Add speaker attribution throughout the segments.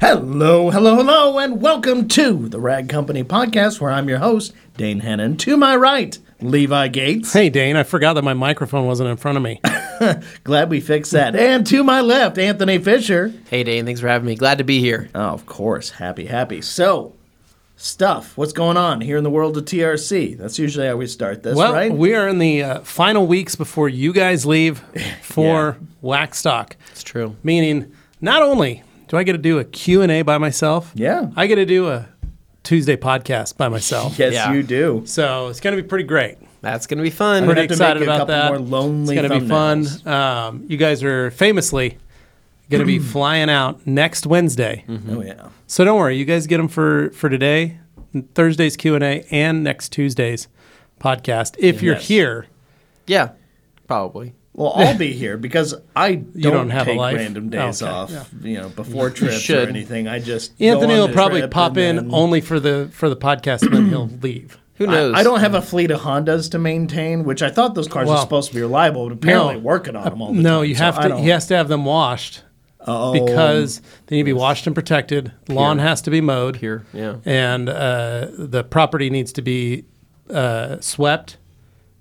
Speaker 1: Hello, hello, hello, and welcome to the Rag Company podcast, where I'm your host, Dane Hennon. To my right, Levi Gates.
Speaker 2: Hey, Dane, I forgot that my microphone wasn't in front of me.
Speaker 1: Glad we fixed that. And to my left, Anthony Fisher.
Speaker 3: Hey, Dane, thanks for having me. Glad to be here.
Speaker 1: Oh, of course, happy, happy. So, stuff, what's going on here in the world of TRC? That's usually how we start this,
Speaker 2: well,
Speaker 1: right?
Speaker 2: we are in the uh, final weeks before you guys leave for Waxstock,
Speaker 3: It's true.
Speaker 2: meaning not only do I get to do a Q&A by myself,
Speaker 1: Yeah.
Speaker 2: I get to do a Tuesday podcast by myself.
Speaker 1: yes,
Speaker 3: Yeah.
Speaker 1: you do.
Speaker 2: So it's going to be pretty great.
Speaker 3: That's going to be fun.
Speaker 2: Pretty
Speaker 1: have to
Speaker 2: excited
Speaker 1: make a
Speaker 2: about
Speaker 1: couple
Speaker 2: that.
Speaker 1: more lonely
Speaker 2: it's going to be fun. Um, you guys are famously going to be
Speaker 1: Mm.
Speaker 2: flying out next Wednesday.
Speaker 1: Oh, yeah.
Speaker 2: So don't worry, you guys get them for for today, Thursday's Q and A, and next Tuesday's podcast. If you're
Speaker 1: Yes.
Speaker 2: here,
Speaker 3: Yeah, probably.
Speaker 1: Well, I'll be here because I don't,
Speaker 2: don't have a
Speaker 1: take
Speaker 2: life?
Speaker 1: random days
Speaker 2: Okay,
Speaker 1: off,
Speaker 2: yeah.
Speaker 1: you know, before trips or
Speaker 3: should.
Speaker 1: anything. I just go
Speaker 2: Anthony
Speaker 1: on
Speaker 2: will
Speaker 1: the
Speaker 2: probably
Speaker 1: trip
Speaker 2: pop in
Speaker 1: and then-
Speaker 2: only for the for the podcast, and then he'll leave.
Speaker 3: Who knows?
Speaker 1: I, I don't have a fleet of Hondas to maintain, which I thought those cars were
Speaker 2: Well,
Speaker 1: supposed to be reliable, but apparently
Speaker 2: no.
Speaker 1: working on them all the time.
Speaker 2: No, you
Speaker 1: so
Speaker 2: have
Speaker 1: I
Speaker 2: to.
Speaker 1: don't-
Speaker 2: He has to have them washed
Speaker 1: Oh,
Speaker 2: because they need to be washed and protected. Lawn has to be mowed
Speaker 3: Here, yeah.
Speaker 2: and uh, the property needs to be uh, swept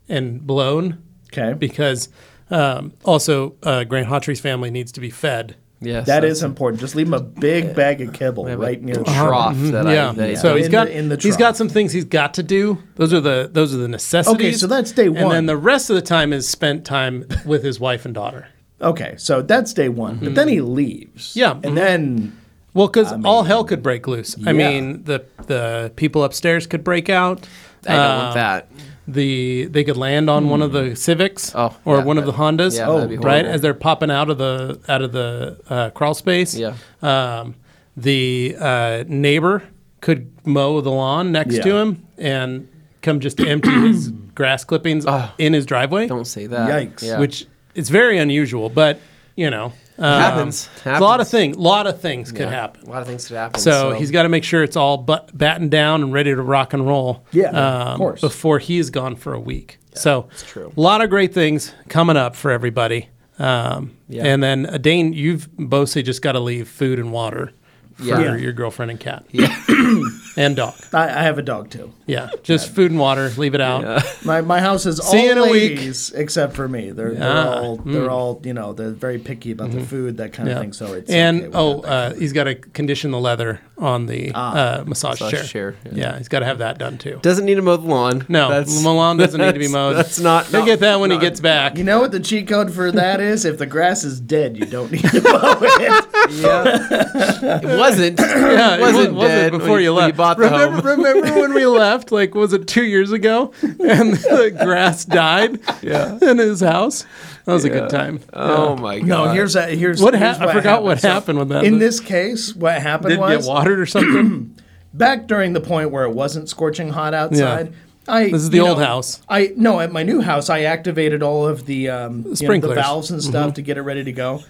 Speaker 2: and blown
Speaker 1: okay.
Speaker 2: because um, also uh, Grant Hotry's family needs to be fed.
Speaker 3: Yes,
Speaker 1: that
Speaker 3: that's
Speaker 1: is important. Just leave him a big bag of kibble
Speaker 3: have a
Speaker 1: right near the truck.
Speaker 3: trough that I. That I
Speaker 2: Mm-hmm. So
Speaker 1: Yeah.
Speaker 2: he's
Speaker 1: In
Speaker 2: got
Speaker 1: the- in the
Speaker 2: he's
Speaker 1: trough.
Speaker 2: got some things he's got to do. Those are the those are the necessities.
Speaker 1: so that's day
Speaker 2: And
Speaker 1: one.
Speaker 2: then the rest of the time is spent time with his wife and daughter.
Speaker 1: Okay, so that's day one. But then he leaves.
Speaker 2: Mm-hmm. Yeah,
Speaker 1: And
Speaker 2: mhm.
Speaker 1: then,
Speaker 2: Well, because all hell could break loose.
Speaker 1: Yeah.
Speaker 2: I mean, the the people upstairs could break out.
Speaker 3: I don't
Speaker 2: Uh,
Speaker 3: want that.
Speaker 2: The they could land on one of
Speaker 1: Hmm.
Speaker 2: the Civics
Speaker 3: Oh,
Speaker 2: or
Speaker 3: yeah,
Speaker 2: one of the
Speaker 3: that-
Speaker 2: Hondas.
Speaker 3: yeah,
Speaker 1: Oh,
Speaker 3: that'd be
Speaker 2: right
Speaker 3: horrible.
Speaker 2: as they're popping out of the out of the uh, crawl space.
Speaker 3: Yeah.
Speaker 2: Um, the uh, neighbor could mow the lawn next to
Speaker 1: Yeah.
Speaker 2: him and come just empty his grass clippings in his driveway,
Speaker 3: Ah. Don't say that.
Speaker 1: Yikes.
Speaker 3: Yeah.
Speaker 2: which it's very unusual. But you know, um,
Speaker 3: Happens.
Speaker 2: A lot of
Speaker 3: Happens.
Speaker 2: things. lot of things could
Speaker 3: Yeah.
Speaker 2: happen.
Speaker 3: A lot of things could happen.
Speaker 2: So, he's got to make sure it's all but battened down and ready to rock and roll. um,
Speaker 1: Yeah, of course.
Speaker 2: Before he's gone for a week. so
Speaker 3: true.
Speaker 2: a lot of great things coming up for everybody. Um,
Speaker 3: Yeah.
Speaker 2: And then uh, Dane, you've mostly just got to leave food and water for
Speaker 3: Yeah. Yeah.
Speaker 2: your girlfriend and cat
Speaker 3: Yeah.
Speaker 2: and dog.
Speaker 1: I, I have a dog too.
Speaker 2: Yeah, just food and water. Leave it out.
Speaker 1: My, my house is
Speaker 2: See
Speaker 1: all
Speaker 2: you in a week. Mm.
Speaker 1: ladies except for me. They're, they're all they're all you know they're very picky about the food that kind
Speaker 2: Mm-hmm. Yeah.
Speaker 1: of thing. So it's
Speaker 2: and
Speaker 1: okay with
Speaker 2: oh,
Speaker 1: that.
Speaker 2: uh, he's got to condition the leather on the uh, massage,
Speaker 3: Ah, massage
Speaker 2: chair.
Speaker 3: chair,
Speaker 2: Yeah.
Speaker 3: yeah.
Speaker 2: he's got to have that done too.
Speaker 3: doesn't need to mow the lawn.
Speaker 2: No, Milan doesn't need to be
Speaker 3: that's-
Speaker 2: mowed.
Speaker 3: That's not.
Speaker 2: He'll
Speaker 3: no,
Speaker 2: get that when he
Speaker 3: not-
Speaker 2: gets back.
Speaker 1: you know what the cheat code for that is? If the grass is dead, you don't need to mow it.
Speaker 3: Yeah. it wasn't. Yeah,
Speaker 2: it
Speaker 3: it wasn't,
Speaker 2: wa- wasn't
Speaker 3: dead
Speaker 2: before
Speaker 3: when
Speaker 2: you
Speaker 3: when
Speaker 2: left.
Speaker 3: You bought the home.
Speaker 2: Remember, remember when we left? Like, was it two years ago? And the grass died
Speaker 3: Yeah.
Speaker 2: in his house. That was a good time.
Speaker 3: Oh my god.
Speaker 1: No, here's a, here's
Speaker 2: Uh, What
Speaker 1: here's
Speaker 2: hap- I forgot what
Speaker 1: So,
Speaker 2: happened with that.
Speaker 1: In this case, what happened
Speaker 2: didn't
Speaker 1: was
Speaker 2: get watered or something.
Speaker 1: back during the point where it wasn't scorching hot outside. I,
Speaker 2: This is the
Speaker 1: you
Speaker 2: old
Speaker 1: know,
Speaker 2: house.
Speaker 1: I no, at my new house, I activated all of the um, you know,
Speaker 2: Sprinklers.
Speaker 1: the
Speaker 2: Mm-hmm.
Speaker 1: valves and stuff to get it ready to go.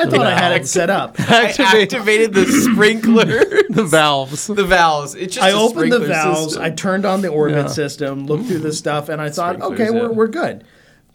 Speaker 1: I thought I had it set up.
Speaker 3: I activated the sprinkler.
Speaker 2: the valves.
Speaker 3: the valves. It's just
Speaker 1: I
Speaker 3: a
Speaker 1: opened the
Speaker 3: sprinkler
Speaker 1: valves.
Speaker 3: system.
Speaker 1: I turned on the orbit
Speaker 2: Yeah.
Speaker 1: system, looked through the stuff, and I thought,
Speaker 3: Sprinklers,
Speaker 1: okay, we're,
Speaker 3: yeah.
Speaker 1: we're good.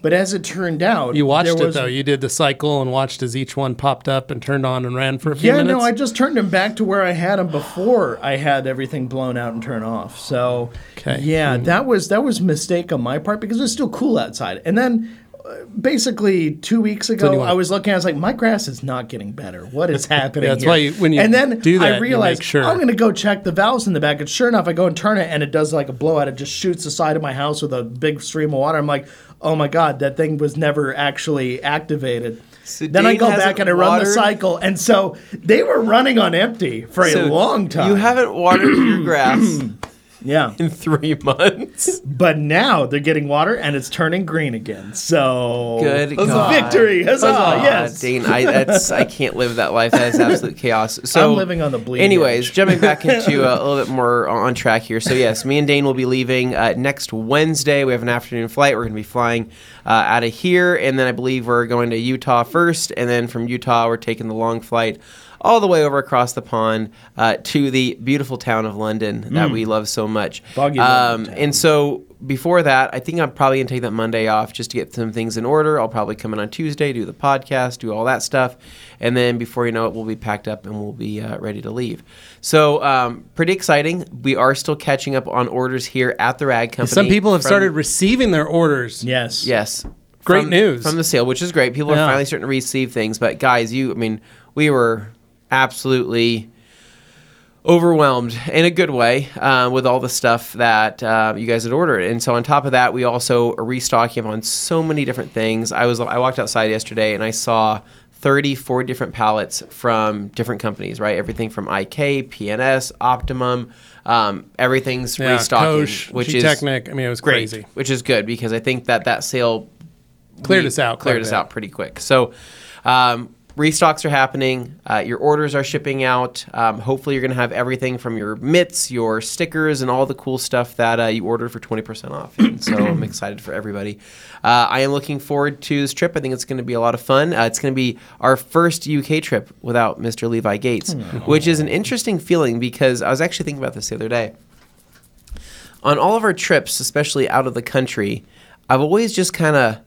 Speaker 1: But as it turned out,
Speaker 2: You watched
Speaker 1: there
Speaker 2: it
Speaker 1: was-
Speaker 2: though. You did the cycle and watched as each one popped up and turned on and ran for a few
Speaker 1: Yeah, no,
Speaker 2: minutes.
Speaker 1: I just turned them back to where I had them before I had everything blown out and turned off. So,
Speaker 2: Okay.
Speaker 1: yeah, that was that was a mistake on my part because it was still cool outside. And then, uh, basically, two weeks ago,
Speaker 2: anyway.
Speaker 1: I was looking. I was like, my grass is not getting better. What is happening?
Speaker 2: that's
Speaker 1: here?
Speaker 2: why you- when you
Speaker 1: and then
Speaker 2: do that, you
Speaker 1: I
Speaker 2: make
Speaker 1: realized
Speaker 2: sure.
Speaker 1: I'm going to go check the valves in the back. And sure enough, I go and turn it, and it does like a blowout. It just shoots the side of my house with a big stream of water. I'm like. Oh my God! That thing was never actually activated.
Speaker 3: So
Speaker 1: then I
Speaker 3: Dane
Speaker 1: go
Speaker 3: hasn't
Speaker 1: back and I run the
Speaker 3: watered-
Speaker 1: cycle cycle. And so they were running on empty for a long time.
Speaker 3: You haven't watered your grass
Speaker 1: yeah.
Speaker 3: in three months.
Speaker 1: But now they're getting water and it's turning green again. So
Speaker 3: Good
Speaker 1: It was a
Speaker 3: God.
Speaker 1: victory. Huzzah. Yes.
Speaker 3: Dane, I that's I can't live that life. That is absolute chaos. So
Speaker 1: I'm living on the bleeding
Speaker 3: Anyways,
Speaker 1: edge.
Speaker 3: jumping back into uh, a little bit more on track here. So yes, me and Dane will be leaving uh, next Wednesday. We have an afternoon flight. We're going to be flying uh, out of here, and then I believe we're going to Utah first, and then from Utah we're taking the long flight. All the way over across the pond uh, to the beautiful town of London that we love so much.
Speaker 1: Boggy Mm. London
Speaker 3: um,
Speaker 1: town.
Speaker 3: and so before that, I think I'm probably gonna take that Monday off just to get some things in order. I'll probably come in on Tuesday, do the podcast, do all that stuff, and then before you know it, we'll be packed up and we'll be uh, ready to leave. So um, pretty exciting. We are still catching up on orders here at the Rag Company.
Speaker 2: Some people have
Speaker 3: from-
Speaker 2: started receiving their orders.
Speaker 1: Yes.
Speaker 3: Yes.
Speaker 2: Great
Speaker 3: From-
Speaker 2: news.
Speaker 3: From the sale, which is great. People
Speaker 2: Yeah.
Speaker 3: are finally starting to receive things. But guys, you, I mean, we were absolutely overwhelmed in a good way uh, with all the stuff that uh, you guys had ordered. And so on top of that, we also are restocking on so many different things. I was I walked outside yesterday and I saw 34 different pallets from different companies, right? Everything from IK, PNS, Optimum, um, everything's
Speaker 2: Yeah,
Speaker 3: restocking,
Speaker 2: Koch,
Speaker 3: which is
Speaker 2: G-Technic. I mean, it was
Speaker 3: great,
Speaker 2: crazy.
Speaker 3: which is good because I think that that sale
Speaker 2: Cleared
Speaker 3: we-
Speaker 2: us out
Speaker 3: cleared
Speaker 2: quite a
Speaker 3: us
Speaker 2: bit.
Speaker 3: out pretty quick. So um, restocks are happening. Uh, your orders are shipping out. Um, hopefully, you're going to have everything from your mitts, your stickers, and all the cool stuff that uh, you ordered for 20% off. And so I'm excited for everybody. Uh, I am looking forward to this trip. I think it's going to be a lot of fun. Uh, it's going to be our first UK trip without Mr. Levi
Speaker 2: Hmm.
Speaker 3: Gates, which is an interesting feeling because I was actually thinking about this the other day on all of our trips, especially out of the country, I've always just kind of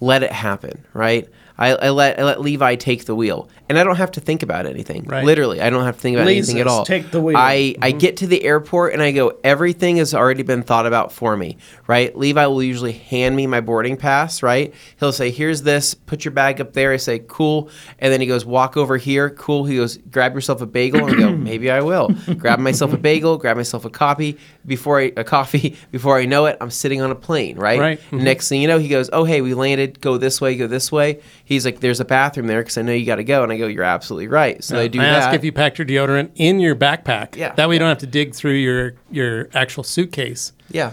Speaker 3: let it happen, right? I, I let I let Levi take the wheel, and I don't have to think about anything.
Speaker 2: Right.
Speaker 3: Literally, I don't have to think about
Speaker 1: Leases,
Speaker 3: anything at all.
Speaker 1: take the wheel.
Speaker 3: I I
Speaker 2: Mm-hmm.
Speaker 3: get to the airport and I go. Everything has already been thought about for me, right? Levi will usually hand me my boarding pass, right? He'll say, "Here's this. Put your bag up there." I say, "Cool," and then he goes, "Walk over here." Cool. He goes, "Grab yourself a bagel." And I go, "Maybe I will." grab myself a bagel. Grab myself a copy before I, a coffee. Before I know it, I'm sitting on a plane, right?
Speaker 2: Right. Mm-hmm.
Speaker 3: Next thing you know, he goes, "Oh hey, we landed. Go this way. Go this way." He's like, "There's a bathroom there because I know you got to go," and I go, "You're absolutely right." So they do
Speaker 2: I
Speaker 3: that.
Speaker 2: ask if you packed your deodorant in your backpack.
Speaker 3: Yeah.
Speaker 2: That way you don't have to dig through your your actual suitcase.
Speaker 3: yeah.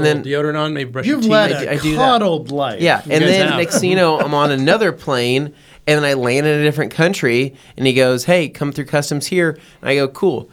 Speaker 2: Put a
Speaker 3: then
Speaker 2: little deodorant on, maybe brush
Speaker 1: You've
Speaker 2: your
Speaker 1: led
Speaker 2: teeth.
Speaker 1: a
Speaker 3: I do that.
Speaker 1: coddled life.
Speaker 3: Yeah, and
Speaker 2: guys
Speaker 3: then
Speaker 2: have.
Speaker 3: next thing you know, I'm on another plane, and then I land in a different country, and he goes, "Hey, come through customs here," and I go, "Cool."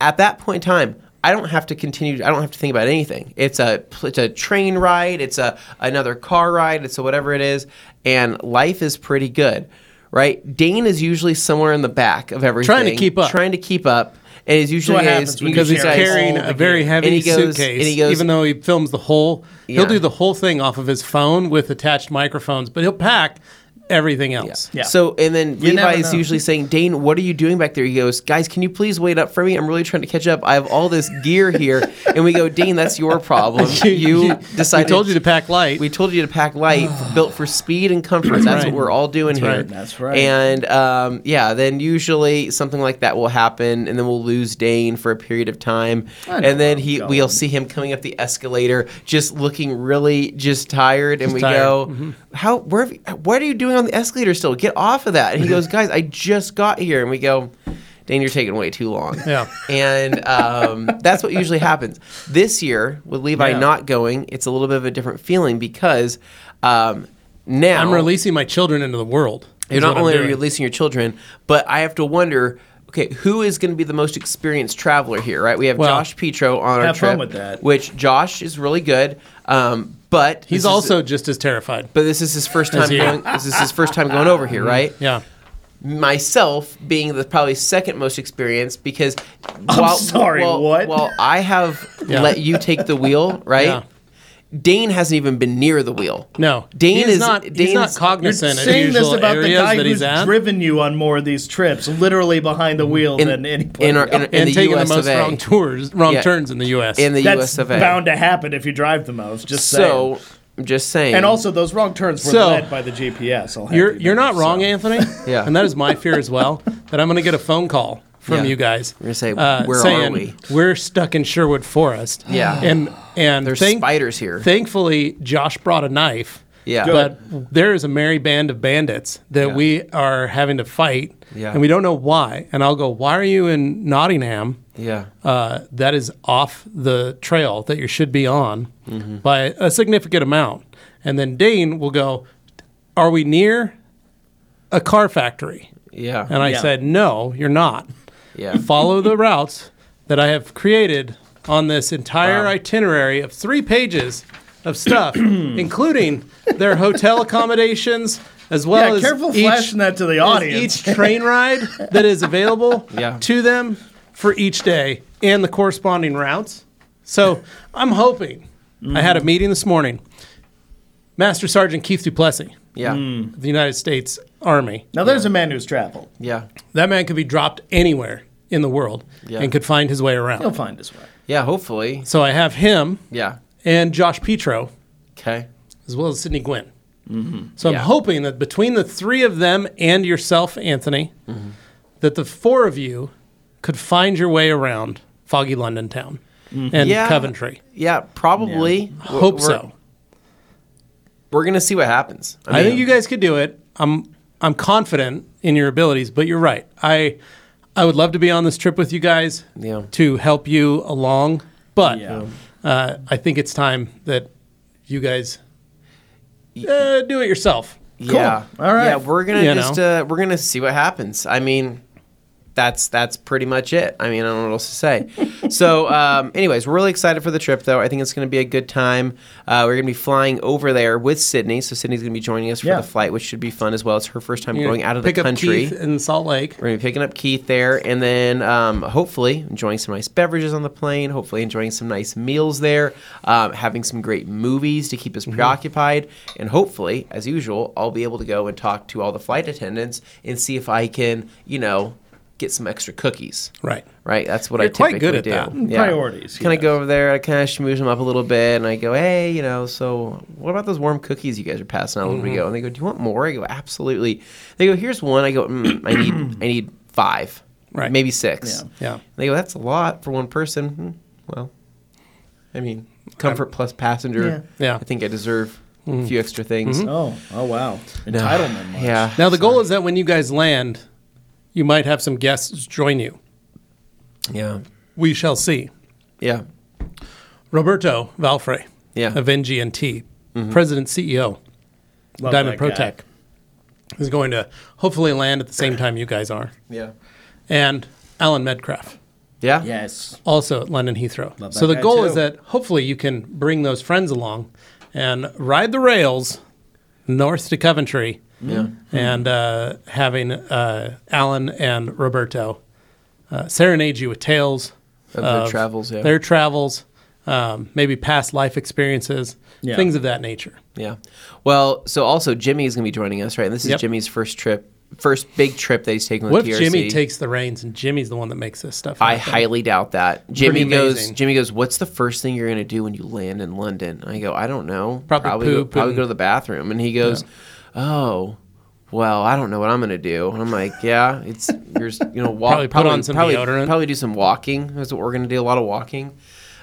Speaker 3: At that point in time, I don't have to continue. I don't have to think about anything. It's a it's a train ride. It's a another car ride. It's a whatever it is, and life is pretty good, right? Dane is usually somewhere in the back of everything,
Speaker 2: keep up.
Speaker 3: trying to keep up. And is usually
Speaker 1: what
Speaker 3: is-
Speaker 1: happens when you
Speaker 2: because he's
Speaker 1: carry
Speaker 3: guys-
Speaker 2: carrying
Speaker 1: all the
Speaker 2: a very
Speaker 1: gear.
Speaker 2: heavy
Speaker 3: And he goes-
Speaker 2: suitcase.
Speaker 3: and he goes-
Speaker 2: even though he films the whole, he'll
Speaker 3: Yeah.
Speaker 2: do the whole thing off of his phone with attached microphones, but he'll pack everything else.
Speaker 1: Yeah.
Speaker 3: So and then
Speaker 1: never
Speaker 3: Levi is
Speaker 1: know.
Speaker 3: usually saying, Dane, what are you doing back there? He goes, Guys, can you please wait up for me? I'm really trying to catch up. I have all this gear here. and we go, Dane, that's your problem. You, decided
Speaker 2: We told you to pack light.
Speaker 3: we told you to pack light, built for speed and comfort. That's
Speaker 2: right.
Speaker 3: what we're all doing here.
Speaker 2: right.
Speaker 1: That's right.
Speaker 3: And um, yeah, then usually something like that will happen, and then we'll lose Dane for a period of time,
Speaker 1: I know
Speaker 3: and then
Speaker 1: where
Speaker 3: he
Speaker 1: I'm
Speaker 3: we'll
Speaker 1: going.
Speaker 3: see him coming up the escalator, just looking really just tired, and we
Speaker 2: tired.
Speaker 3: go, "How? Where? have you- What are you doing on the escalator still? Get off of that!" And he goes, "Guys, I just got here," and we go. Dane, you're taking way too long.
Speaker 2: Yeah.
Speaker 3: And um, that's what usually happens. This year, with Levi
Speaker 1: Yeah.
Speaker 3: not going, it's a little bit of a different feeling because um, now
Speaker 2: I'm releasing my children into the world.
Speaker 3: you're
Speaker 2: is
Speaker 3: not
Speaker 2: what I'm
Speaker 3: only
Speaker 2: doing.
Speaker 3: releasing your children, but I have to wonder. Okay, who is going to be the most experienced traveler here? Right, we have
Speaker 2: Well,
Speaker 3: Josh Petro on our
Speaker 1: have
Speaker 3: trip,
Speaker 1: fun with that.
Speaker 3: which Josh is really good, um, but this
Speaker 2: He's
Speaker 3: is-
Speaker 2: also just as terrified.
Speaker 3: but this is his first time
Speaker 2: you.
Speaker 3: going. This is his first time going over here, right?
Speaker 2: Yeah.
Speaker 3: myself being the probably second most experienced because
Speaker 1: sorry,
Speaker 3: while,
Speaker 1: what?
Speaker 3: while I have
Speaker 2: Yeah.
Speaker 3: let you take the wheel, right?
Speaker 2: Yeah.
Speaker 3: Dane hasn't even been near the wheel.
Speaker 2: No.
Speaker 3: Dane
Speaker 2: he's
Speaker 3: is
Speaker 2: not. he's not
Speaker 3: Dane's-
Speaker 1: You're
Speaker 2: cognizant of
Speaker 1: saying
Speaker 2: usual
Speaker 1: this about the
Speaker 2: areas
Speaker 1: guy
Speaker 2: that
Speaker 1: who's
Speaker 2: he's at.
Speaker 1: driven you on more of these trips, literally behind the wheel
Speaker 3: Mm-hmm. in,
Speaker 1: than any place.
Speaker 3: in, our, in, in
Speaker 2: and
Speaker 3: the
Speaker 2: taking
Speaker 3: US
Speaker 2: the most
Speaker 3: of A.
Speaker 2: wrong tours, wrong
Speaker 3: Yeah.
Speaker 2: turns in the U.S.
Speaker 3: in the
Speaker 1: That's
Speaker 3: US of A.
Speaker 1: bound to happen if you drive the most. Just
Speaker 3: so
Speaker 1: saying.
Speaker 3: I'm just saying.
Speaker 1: And also, those wrong turns were
Speaker 2: So-
Speaker 1: led by the GPS. I'll have
Speaker 2: you're
Speaker 1: you
Speaker 2: you're
Speaker 1: know,
Speaker 2: not
Speaker 1: so.
Speaker 2: wrong, Anthony.
Speaker 3: Yeah.
Speaker 2: and that is my fear as well. That I'm going to get a phone call from
Speaker 3: Yeah.
Speaker 2: you guys. uh,
Speaker 3: We're gonna say, "Where are
Speaker 2: saying,
Speaker 3: we?"
Speaker 2: We're stuck in Sherwood Forest.
Speaker 3: Yeah.
Speaker 2: and and
Speaker 3: there's
Speaker 2: thank-
Speaker 3: spiders here.
Speaker 2: Thankfully, Josh brought a knife.
Speaker 3: yeah.
Speaker 2: But there is a merry band of bandits that
Speaker 3: Yeah.
Speaker 2: we are having to fight,
Speaker 3: Yeah.
Speaker 2: and we don't know why. And I'll go, why are you in Nottingham?
Speaker 3: yeah.
Speaker 2: uh, that is off the trail that you should be on by a significant amount. And then Dane will go, Are we near a car factory?
Speaker 3: Yeah.
Speaker 2: And I
Speaker 1: Yeah.
Speaker 2: said, No, you're not.
Speaker 3: yeah.
Speaker 2: Follow the routes that I have created on this entire itinerary of three pages of stuff, including their hotel accommodations, as well
Speaker 1: Yeah,
Speaker 2: as
Speaker 1: careful
Speaker 2: each-
Speaker 1: flashing that to the
Speaker 2: is
Speaker 1: audience.
Speaker 2: Each train ride that is available
Speaker 3: Yeah.
Speaker 2: to them for each day and the corresponding routes. So I'm hoping I had a
Speaker 1: Mm-hmm.
Speaker 2: meeting this morning. Master Sergeant Keith Duplessis,
Speaker 3: Yeah.
Speaker 2: of the United States Army.
Speaker 1: Now there's a man who's traveled.
Speaker 3: Yeah.
Speaker 2: That man could be dropped anywhere in the world
Speaker 3: Yeah.
Speaker 2: and could find his way
Speaker 1: He'll
Speaker 2: around.
Speaker 1: find his way.
Speaker 3: Yeah. Hopefully.
Speaker 2: So I have him
Speaker 3: Yeah.
Speaker 2: and Josh Petro,
Speaker 3: Okay.
Speaker 2: as well as Sidney Gwynn. So I'm
Speaker 3: Yeah.
Speaker 2: hoping that between the three of them and yourself, Anthony, that the four of you could find your way around foggy London town and
Speaker 3: Yeah.
Speaker 2: Coventry.
Speaker 3: Yeah. Probably. We're-
Speaker 2: Hope
Speaker 3: we're-
Speaker 2: so.
Speaker 3: We're gonna see what happens.
Speaker 2: I think you guys could do it. I'm I'm confident in your abilities, but you're right. I I would love to be on this trip with you guys
Speaker 3: Yeah.
Speaker 2: to help you along, but
Speaker 1: Yeah.
Speaker 2: uh, I think it's time that you guys uh, do it yourself.
Speaker 3: Yeah.
Speaker 1: Cool. All right.
Speaker 3: Yeah, we're gonna
Speaker 2: You
Speaker 3: just uh, we're gonna see what happens. I mean, that's that's pretty much it. I mean, I don't know what else to say. so, um, anyways, we're really excited for the trip, though. I think it's gonna be a good time. Uh, we're gonna be flying over there with Sydney, so Sydney's gonna be joining us for
Speaker 1: Yeah.
Speaker 3: the flight, which should be fun as well. It's her first time
Speaker 2: You're
Speaker 3: going
Speaker 2: gonna
Speaker 3: out of the
Speaker 2: pick up
Speaker 3: country.
Speaker 2: Keith in Salt Lake.
Speaker 3: We're gonna be picking up Keith there, and then um, hopefully enjoying some nice beverages on the plane. Hopefully enjoying some nice meals there, um, having some great movies to keep us preoccupied, and hopefully, as usual, I'll be able to go and talk to all the flight attendants and see if I can, you know, get some extra cookies.
Speaker 2: Right.
Speaker 3: Right, that's what I
Speaker 2: You're quite
Speaker 3: typically
Speaker 2: good at
Speaker 3: do.
Speaker 2: that.
Speaker 1: Priorities,
Speaker 3: Kind of
Speaker 1: yes.
Speaker 3: go over there, I kind of schmooze them up a little bit, and I go, "Hey, you know, so what about those warm cookies you guys are passing out a little bit ago?" And they go, "Do you want more?" I go, "Absolutely." They go, "Here's one." I go, mm, "I need, I need five,
Speaker 2: Right.
Speaker 3: Maybe six.
Speaker 1: Yeah.
Speaker 2: Yeah.
Speaker 3: They go, "That's a lot for one person." Hmm, well, I mean, comfort plus passenger.
Speaker 2: Yeah. Yeah.
Speaker 3: I think I deserve a few extra things.
Speaker 1: Oh, oh wow.
Speaker 3: No.
Speaker 1: Entitlement. much.
Speaker 3: Yeah.
Speaker 2: Now the goal is that when you guys land, you might have some guests join you.
Speaker 3: Yeah.
Speaker 2: We shall see.
Speaker 3: Yeah.
Speaker 2: Roberto Valfre
Speaker 3: Yeah. Mm-hmm.
Speaker 2: of NGNT, President CEO,
Speaker 1: Love
Speaker 2: Diamond
Speaker 1: that guy.
Speaker 2: ProTech, is going to hopefully land at the same time you guys are.
Speaker 3: Yeah.
Speaker 2: And Alan Medcraft,
Speaker 3: Yeah.
Speaker 1: Yes.
Speaker 2: also at London Heathrow.
Speaker 1: Love
Speaker 2: so
Speaker 1: that
Speaker 2: the
Speaker 1: guy
Speaker 2: goal
Speaker 1: too.
Speaker 2: is that hopefully you can bring those friends along and ride the rails north to Coventry
Speaker 3: Yeah. Hmm.
Speaker 2: and uh, having uh, Alan and Roberto uh, serenade you with tales
Speaker 3: Of their travels, yeah.
Speaker 2: their travels, um, maybe past life experiences,
Speaker 1: Yeah.
Speaker 2: things of that nature.
Speaker 3: Yeah. Well, so also Jimmy is going to be joining us, right? And this is
Speaker 2: Yep.
Speaker 3: Jimmy's first trip, first big trip that he's taking with
Speaker 2: What if
Speaker 3: TRC.
Speaker 2: Jimmy takes the reins and Jimmy's the one that makes this stuff?
Speaker 3: I
Speaker 2: happen?
Speaker 3: highly doubt that. Jimmy
Speaker 2: Pretty
Speaker 3: goes.
Speaker 2: amazing.
Speaker 3: Jimmy goes. What's the first thing you're going to do when you land in London? And I go. I don't know.
Speaker 2: Probably
Speaker 3: go,
Speaker 2: poop
Speaker 3: probably
Speaker 2: and-
Speaker 3: go to the bathroom. And he goes, Oh, well, I don't know what I'm going to do. And I'm like, Yeah, it's you're s- you know walk
Speaker 2: Probably put on some
Speaker 3: probably,
Speaker 2: deodorant.
Speaker 3: Probably do some walking. That's what we're going to do. A lot of walking.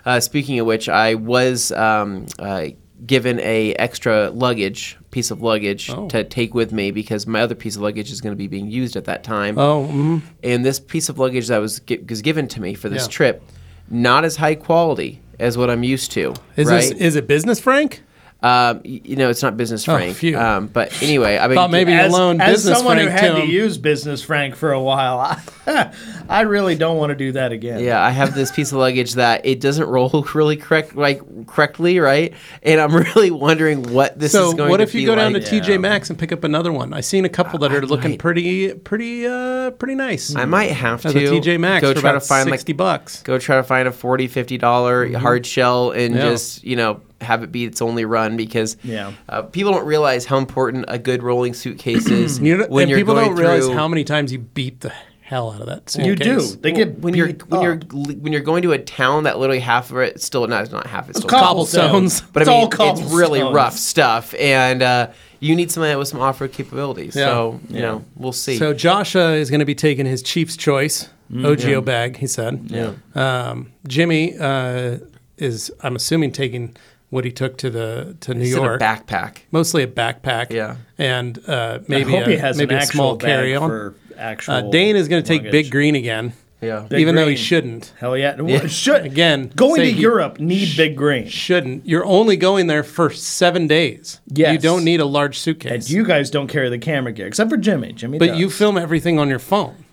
Speaker 3: Uh, speaking of which, I was um, uh, given a extra luggage piece of luggage
Speaker 2: Oh.
Speaker 3: to take with me because my other piece of luggage is going to be being used at that time
Speaker 2: Oh, mhm.
Speaker 3: and this piece of luggage that was, gi- was given to me for this
Speaker 2: Yeah.
Speaker 3: trip, not as high quality as what I'm used to.
Speaker 2: is
Speaker 3: right?
Speaker 2: this is it business, Frank?
Speaker 3: um, y- you know, it's not business
Speaker 2: Oh,
Speaker 3: Frank.
Speaker 2: phew.
Speaker 3: um, but anyway, I mean,
Speaker 2: Thought maybe-
Speaker 1: As,
Speaker 2: alone
Speaker 1: as
Speaker 2: business
Speaker 1: someone who
Speaker 2: Frank
Speaker 1: had
Speaker 2: to
Speaker 1: to
Speaker 2: him.
Speaker 1: use business Frank for a while, I, I really don't want to do that again.
Speaker 3: Yeah, I have this piece of luggage that it doesn't roll really correct, like correctly, right? And I'm really wondering what this
Speaker 2: So
Speaker 3: is going
Speaker 2: what
Speaker 3: to
Speaker 2: if you
Speaker 3: be
Speaker 2: go down
Speaker 3: like.
Speaker 2: to TJ Maxx and pick up another one? I seen a couple that are looking
Speaker 3: might.
Speaker 2: pretty pretty uh pretty nice.
Speaker 3: I might have to
Speaker 2: At the TJ Maxx
Speaker 3: go
Speaker 2: for
Speaker 3: try
Speaker 2: about
Speaker 3: to find like
Speaker 2: sixty bucks.
Speaker 3: go try to find a 40 50 dollar hard shell and
Speaker 2: Mm-hmm. Yeah.
Speaker 3: just you know have it be its only run because
Speaker 1: Yeah.
Speaker 3: uh, people don't realize how important a good rolling suitcase is
Speaker 2: You know,
Speaker 3: when
Speaker 2: and
Speaker 3: you're
Speaker 2: people
Speaker 3: going
Speaker 2: don't realize
Speaker 3: through-
Speaker 2: how many times you beat the hell out of that
Speaker 1: You do.
Speaker 2: suitcase.
Speaker 1: They get
Speaker 3: when you're
Speaker 1: beat
Speaker 3: when
Speaker 1: up.
Speaker 3: you're li- when you're going to a town that literally half of it still not it's not half it's still
Speaker 2: Cobblestones.
Speaker 1: Oh.
Speaker 3: but
Speaker 1: it's
Speaker 3: I mean
Speaker 1: all cobblestones.
Speaker 3: it's really rough stuff and uh, you need something with some off road capabilities
Speaker 2: Yeah.
Speaker 3: so you know we'll see
Speaker 2: So Joshua is going to be taking his Chief's choice OGO bag. He said.
Speaker 3: Mm, yeah
Speaker 2: Um, Jimmy uh, is, I'm assuming, taking what he took to the to New
Speaker 3: It's in a
Speaker 2: York,
Speaker 3: backpack
Speaker 2: mostly a backpack.
Speaker 3: Yeah.
Speaker 2: and uh,
Speaker 1: I
Speaker 2: maybe
Speaker 1: hope he
Speaker 2: a,
Speaker 1: has
Speaker 2: maybe
Speaker 1: an
Speaker 2: a
Speaker 1: actual
Speaker 2: small
Speaker 1: bag
Speaker 2: carry on.
Speaker 1: for actual.
Speaker 2: Uh, Dane is going to take Big
Speaker 1: luggage.
Speaker 2: Green again,
Speaker 3: yeah
Speaker 1: Big
Speaker 2: even though he
Speaker 1: Green.
Speaker 2: shouldn't.
Speaker 1: Hell yeah! Well, Should,
Speaker 2: Again,
Speaker 1: going
Speaker 2: say
Speaker 1: to
Speaker 2: he-
Speaker 1: Europe need big green.
Speaker 2: Shouldn't. You're only going there for seven days.
Speaker 1: Yes.
Speaker 2: you don't need a large suitcase.
Speaker 1: and you guys don't carry the camera gear except for Jimmy. Jimmy,
Speaker 2: but
Speaker 1: does.
Speaker 2: you film everything on your phone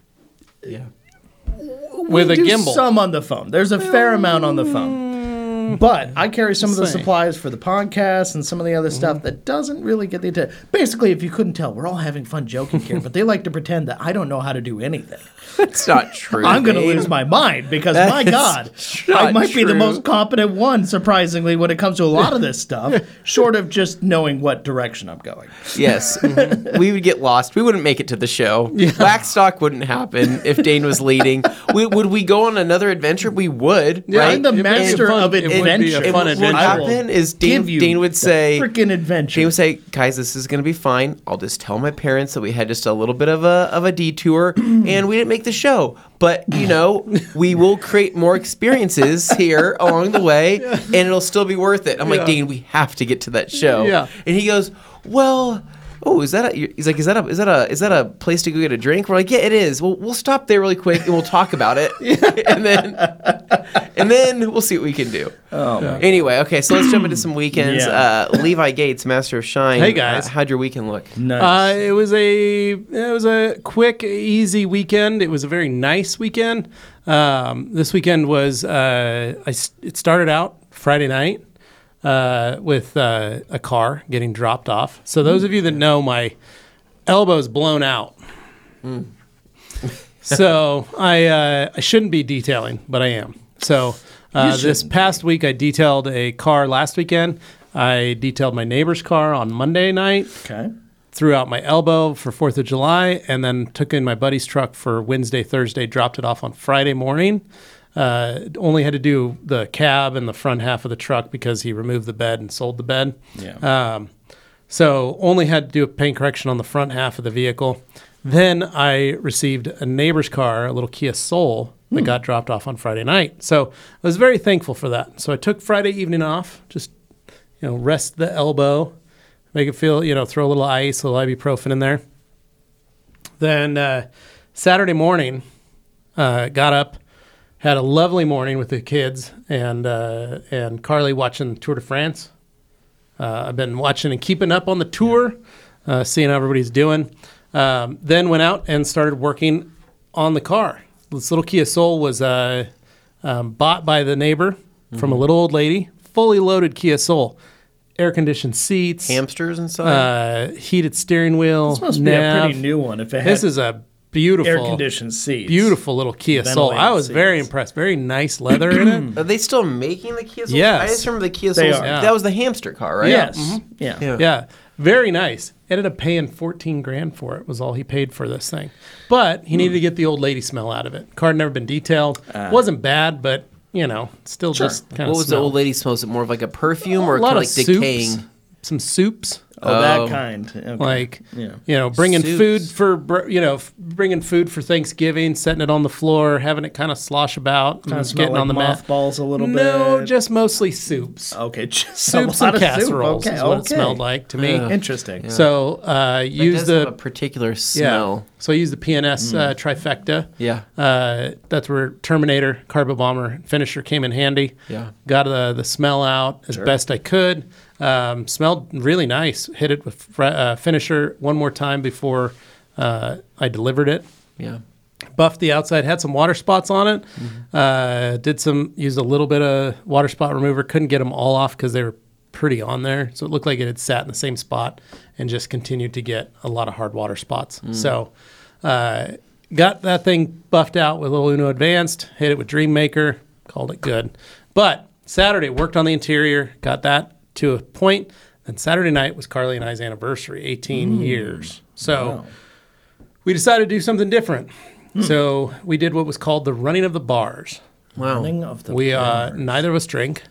Speaker 3: yeah
Speaker 2: with a
Speaker 1: do
Speaker 2: gimbal.
Speaker 1: some on the phone. There's a fair amount on the phone.
Speaker 2: Mm.
Speaker 1: But I carry some of the
Speaker 2: Same.
Speaker 1: supplies for the podcast and some of the other
Speaker 2: Mm-hmm.
Speaker 1: stuff that doesn't really get the attention. Basically, if you couldn't tell, we're all having fun joking here, but they like to pretend that I don't know how to do anything.
Speaker 3: That's not true.
Speaker 1: I'm going to
Speaker 3: Dave.
Speaker 1: lose my mind because,
Speaker 3: That
Speaker 1: my
Speaker 3: is
Speaker 1: God, I
Speaker 3: not
Speaker 1: might be the
Speaker 3: true.
Speaker 1: most competent one, surprisingly, when it comes to a lot of this stuff, short of just knowing what direction I'm going.
Speaker 3: Yes, mm-hmm. we would get lost. We wouldn't make it to the show. Blackstock wouldn't happen if Dane was leading. we, would we go on another adventure? We would. right?
Speaker 1: I'm the
Speaker 2: be
Speaker 1: master
Speaker 2: fun-
Speaker 1: of
Speaker 2: it would be a
Speaker 1: adventure. I
Speaker 2: fun
Speaker 3: What
Speaker 1: will
Speaker 3: would
Speaker 2: adventure.
Speaker 3: happen is Dane,
Speaker 1: give you
Speaker 3: Dane would
Speaker 1: the
Speaker 3: say,
Speaker 1: freaking adventure.
Speaker 3: Dane would say, guys, this is going to be fine. I'll just tell my parents that we had just a little bit of a, of a detour and we didn't make the show. But, you know, we will create more experiences here along the way and it'll still be worth it. I'm like,
Speaker 2: Yeah.
Speaker 3: Dane, we have to get to that show.
Speaker 2: Yeah.
Speaker 3: And he goes, well... Oh, is that a? He's like, is that a? Is that a? Is that a place to go get a drink? We're like, yeah, it is. Well, we'll stop there really quick and we'll talk about it, and then, and then we'll see what we can do. Oh. Anyway, okay, so let's jump into some weekends.
Speaker 1: Yeah.
Speaker 3: Uh, uh, Levi Gates, Master of Shine.
Speaker 2: Hey, guys.
Speaker 3: Uh, how'd your weekend look?
Speaker 1: Nice.
Speaker 2: Uh, it was a it was a quick, easy weekend. It was a very nice weekend. Um, this weekend was uh, I, s- it started out Friday night uh, with uh, a car getting dropped off. So those of you that know, my elbow's blown out. so I uh, I shouldn't be detailing, but I am. So uh, this past week I detailed a car last weekend. I detailed my neighbor's car on Monday night
Speaker 1: okay.
Speaker 2: threw out my elbow for Fourth of July, and then took in my buddy's truck for Wednesday, Thursday, dropped it off on Friday morning. Uh, only had to do the cab and the front half of the truck because he removed the bed and sold the bed.
Speaker 1: Yeah.
Speaker 2: Um, so only had to do a paint correction on the front half of the vehicle. Then I received a neighbor's car, a little Kia Soul, that got dropped off on Friday night. So I was very thankful for that. So I took Friday evening off, just you know, rest the elbow, make it feel, you know, throw a little ice, a little ibuprofen in there. Then uh, Saturday morning, uh, got up, had a lovely morning with the kids and uh, and Carly watching Tour de France. Uh, I've been watching and keeping up on the tour, uh, seeing how everybody's doing. Um, then went out and started working on the car. This little Kia Soul was uh, um, bought by the neighbor from a
Speaker 1: Mm-hmm.
Speaker 2: little old lady, fully loaded Kia Soul, air conditioned seats,
Speaker 3: Hamsters and stuff.
Speaker 2: uh, heated steering wheel.
Speaker 1: This must be a
Speaker 2: nav.
Speaker 1: pretty new one if it has
Speaker 2: This is a beautiful
Speaker 1: air conditioned seats.
Speaker 2: beautiful little Kia Soul.
Speaker 1: Ventilated
Speaker 2: I was very
Speaker 1: seats.
Speaker 2: impressed. Very nice leather in it.
Speaker 3: are they still making the Kia Souls?
Speaker 2: Yes.
Speaker 3: I just remember the Kia
Speaker 1: They
Speaker 3: Souls.
Speaker 1: are.
Speaker 2: Yeah.
Speaker 3: That was the hamster car, right?
Speaker 1: Yes. Mm-hmm. Yeah.
Speaker 3: Yeah.
Speaker 2: Mm-hmm. Yeah, very nice. Ended up paying fourteen grand for it. Was all he paid for this thing, but
Speaker 3: Hmm.
Speaker 2: he needed to get the old lady smell out of it. Car had never been detailed. wasn't bad, but you know, still
Speaker 1: Sure.
Speaker 2: just kind of.
Speaker 3: Uh. What was the old lady smells? It more of like a perfume or
Speaker 2: A lot
Speaker 3: kind of
Speaker 2: of
Speaker 3: like
Speaker 2: soups,
Speaker 3: decaying?
Speaker 2: some soups.
Speaker 1: Oh,
Speaker 3: Oh.
Speaker 1: that kind. Okay.
Speaker 2: Um, like
Speaker 1: Yeah.
Speaker 2: you know bringing
Speaker 3: Soups.
Speaker 2: food for br- you know f- bringing food for thanksgiving setting it on the floor having it kind of slosh about
Speaker 1: Kinda
Speaker 2: and
Speaker 1: smell
Speaker 2: getting
Speaker 1: like
Speaker 2: on the mat
Speaker 1: mothballs a little
Speaker 2: no
Speaker 1: bit.
Speaker 2: just mostly soups
Speaker 1: okay. Just
Speaker 2: soups
Speaker 1: a lot
Speaker 2: and
Speaker 1: of soup.
Speaker 2: casseroles
Speaker 1: Okay,
Speaker 2: is what it
Speaker 1: okay.
Speaker 2: smelled like to me
Speaker 1: Interesting.
Speaker 2: so uh use
Speaker 3: It does have a
Speaker 2: the
Speaker 3: particular
Speaker 2: yeah
Speaker 3: smell. Mm.
Speaker 2: so use the pns uh, trifecta
Speaker 3: Yeah.
Speaker 2: uh, that's where Terminator, Carbo Bomber, and Finisher came in handy.
Speaker 3: Yeah.
Speaker 2: Got uh, the, the smell out as best I could. Um, smelled really nice. Hit it with fre- uh, Finisher one more time before uh, I delivered it.
Speaker 3: Yeah.
Speaker 2: Buffed the outside, had some water spots on it. Uh, did some, used a little bit of water spot remover. Couldn't get them all off because they were pretty on there. So it looked like it had sat in the same spot and just continued to get a lot of hard water spots. So uh, got that thing buffed out with little Uno Advanced, hit it with Dream Maker, called it good. But Saturday worked on the interior, got that to a point. And Saturday night was Carly and I's anniversary, 18 years. So we decided to do something different. So we did what was called the running of the bars.
Speaker 3: Wow.
Speaker 1: Thing of the
Speaker 2: We uh,
Speaker 1: bar.
Speaker 2: neither of us drink,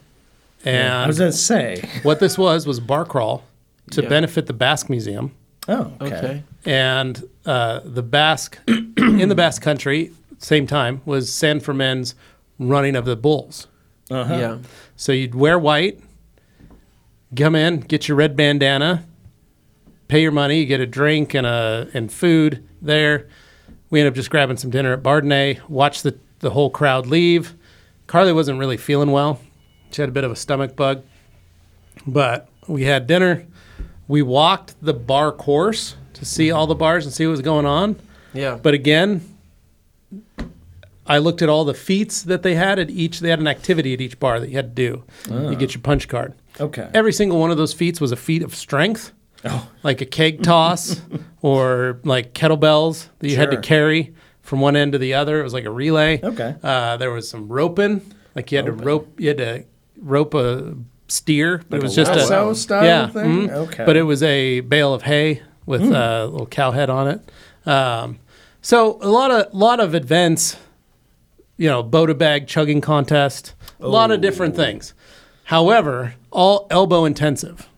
Speaker 1: I
Speaker 2: and
Speaker 1: was gonna say.
Speaker 2: what this was was a bar crawl to
Speaker 3: Yeah.
Speaker 2: benefit the Basque Museum
Speaker 1: Oh. Okay.
Speaker 3: Okay.
Speaker 2: and uh, the Basque in the Basque Country. Same time was San Fermin's running of the bulls.
Speaker 1: Uh-huh.
Speaker 3: Yeah.
Speaker 2: So you'd wear white, come in, get your red bandana, pay your money, you get a drink and a and food there. We ended up just grabbing some dinner at Bardenay, watched the, the whole crowd leave. Carly wasn't really feeling well. She had a bit of a stomach bug. But we had dinner. We walked the bar course to see all the bars and see what was going on.
Speaker 3: Yeah.
Speaker 2: But again, I looked at all the feats that they had at each. They had an activity at each bar that you had to do.
Speaker 1: Ah.
Speaker 2: You get your punch card.
Speaker 1: Okay.
Speaker 2: Every single one of those feats was a feat of strength,
Speaker 1: Oh.
Speaker 2: like a keg toss or like kettlebells that you had to
Speaker 1: Sure.
Speaker 2: carry from one end to the other. It was like a relay.
Speaker 1: Okay.
Speaker 2: Uh, there was some roping, like you had to rope. You had to rope a steer, but it was just a
Speaker 1: Lasso style
Speaker 2: yeah,
Speaker 1: thing?
Speaker 2: mhm.
Speaker 1: Okay. Hmm.
Speaker 2: But it was a bale of hay with uh, a little cow head on it. Um, so a lot of lot of events, you know, boat a bag chugging contest, a lot of different
Speaker 1: Oh.
Speaker 2: things. However, all elbow intensive.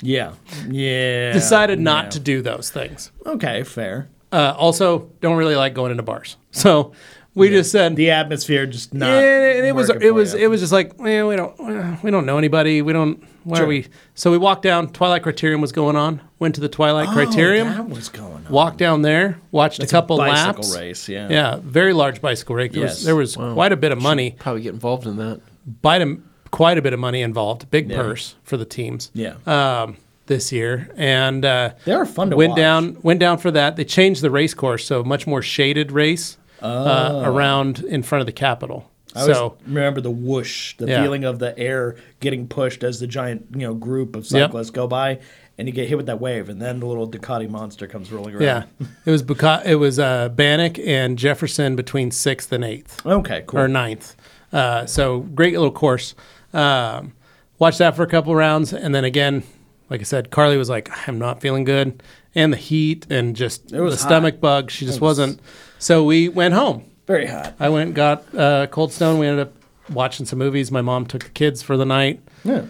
Speaker 1: Yeah. Yeah.
Speaker 2: Decided not to do those things.
Speaker 1: Okay, fair.
Speaker 2: Uh, also, don't really like going into bars. So we just said
Speaker 1: The atmosphere just not.
Speaker 2: Yeah, and it was
Speaker 1: working
Speaker 2: it
Speaker 1: for
Speaker 2: was
Speaker 1: you.
Speaker 2: it was just like eh, we don't we don't know anybody. We don't why
Speaker 1: Sure.
Speaker 2: are we? So we walked down. Twilight Criterium was going on. Went to the Twilight
Speaker 1: Oh,
Speaker 2: Criterium.
Speaker 1: That was going on.
Speaker 2: walked down there. Watched a couple
Speaker 1: bicycle
Speaker 2: laps.
Speaker 1: race. Yeah.
Speaker 2: Yeah, very large bicycle race. There was,
Speaker 1: Yes.
Speaker 2: there was quite a bit of money.
Speaker 3: Probably get involved in that.
Speaker 2: Quite a, quite a bit of money involved. Big purse for the teams.
Speaker 1: Yeah.
Speaker 2: Um, this year and uh,
Speaker 1: They are fun to
Speaker 2: went
Speaker 1: watch.
Speaker 2: down went down for that. They changed the race course, so much more shaded race uh, around in front of the Capitol.
Speaker 1: Oh. I always
Speaker 2: so
Speaker 1: remember the whoosh, the
Speaker 2: Yeah.
Speaker 1: feeling of the air getting pushed as the giant, you know, group of cyclists go by, and you get hit with that wave, and then the little Ducati monster comes rolling around.
Speaker 2: Yeah, it was Buka- it was uh, Bannock and Jefferson between sixth and eighth
Speaker 1: Okay. Cool.
Speaker 2: or ninth. Uh, so great little course. Um, watched that for a couple rounds, and then again, like I said, Carly was like, "I'm not feeling good," and the heat and just
Speaker 1: was
Speaker 2: the
Speaker 1: hot.
Speaker 2: stomach bug. She just was... not So we went home.
Speaker 1: Very hot.
Speaker 2: I went and got uh, Cold Stone. We ended up watching some movies. My mom took the kids for the night.
Speaker 1: Yeah.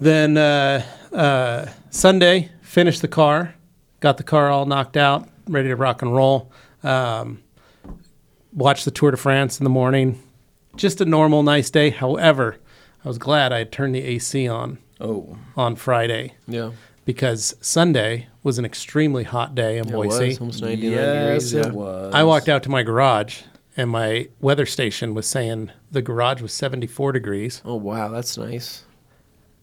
Speaker 2: Then uh, uh, Sunday, finished the car, got the car all knocked out, ready to rock and roll. Um, watched the Tour de France in the morning. Just a normal, nice day. However, I was glad I had turned the AC on
Speaker 1: Oh.
Speaker 2: on Friday
Speaker 3: Yeah.
Speaker 2: because Sunday was an extremely hot day in
Speaker 3: It
Speaker 2: Boise.
Speaker 3: was almost 99
Speaker 1: Yes,
Speaker 3: degrees.
Speaker 1: it
Speaker 3: yeah.
Speaker 1: was.
Speaker 2: I walked out to my garage and my weather station was saying the garage was 74 degrees.
Speaker 3: Oh, wow. That's nice.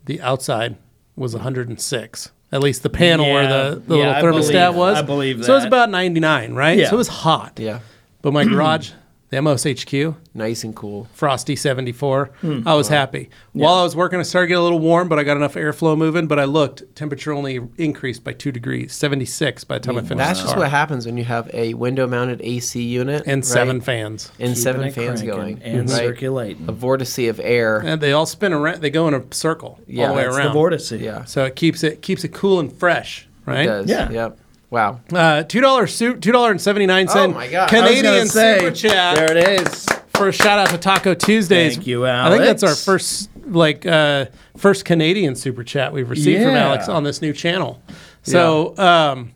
Speaker 2: the outside was 106. At least the panel where
Speaker 1: Yeah,
Speaker 2: the, the
Speaker 1: yeah,
Speaker 2: little
Speaker 1: I
Speaker 2: thermostat
Speaker 1: believe-
Speaker 2: was.
Speaker 1: I believe
Speaker 2: So it was
Speaker 1: that.
Speaker 2: about 99, right?
Speaker 1: Yeah.
Speaker 2: So it was hot.
Speaker 3: Yeah.
Speaker 2: But my garage, the MOS HQ,
Speaker 3: Nice and cool.
Speaker 2: Frosty 74, I was happy. While I was working, I started getting a little warm, but I got enough airflow moving. But I looked, temperature only increased by two degrees, 76 by the time I,
Speaker 1: Mm,
Speaker 2: finished
Speaker 3: That's
Speaker 2: the
Speaker 3: just
Speaker 2: car.
Speaker 3: what happens when you have a window mounted AC unit
Speaker 2: And
Speaker 3: right?
Speaker 2: seven fans.
Speaker 3: and
Speaker 1: Keeping
Speaker 3: seven
Speaker 1: it
Speaker 3: fans
Speaker 1: cranking
Speaker 3: going
Speaker 1: and
Speaker 3: right?
Speaker 1: circulating.
Speaker 3: A vortice of air.
Speaker 2: And they all spin around, they go in a circle all
Speaker 3: Yeah,
Speaker 2: the way
Speaker 1: That's the
Speaker 2: around.
Speaker 1: vortice.
Speaker 3: yeah.
Speaker 2: so it keeps it keeps it cool and fresh, right?
Speaker 3: It does.
Speaker 1: Yeah.
Speaker 3: Yep. Wow.
Speaker 2: Uh, two dollar suit, two dollar and seventy nine
Speaker 3: Oh
Speaker 2: cent
Speaker 3: my
Speaker 1: I
Speaker 3: God.
Speaker 1: was
Speaker 2: Canadian
Speaker 1: gonna say,
Speaker 2: super chat
Speaker 1: There it is.
Speaker 2: for a shout out to Taco Tuesdays.
Speaker 1: Thank you,
Speaker 2: I think that's our
Speaker 1: Alex.
Speaker 2: first like uh, first Canadian super chat we've received from
Speaker 1: Yeah.
Speaker 2: Alex on this new channel. So, um,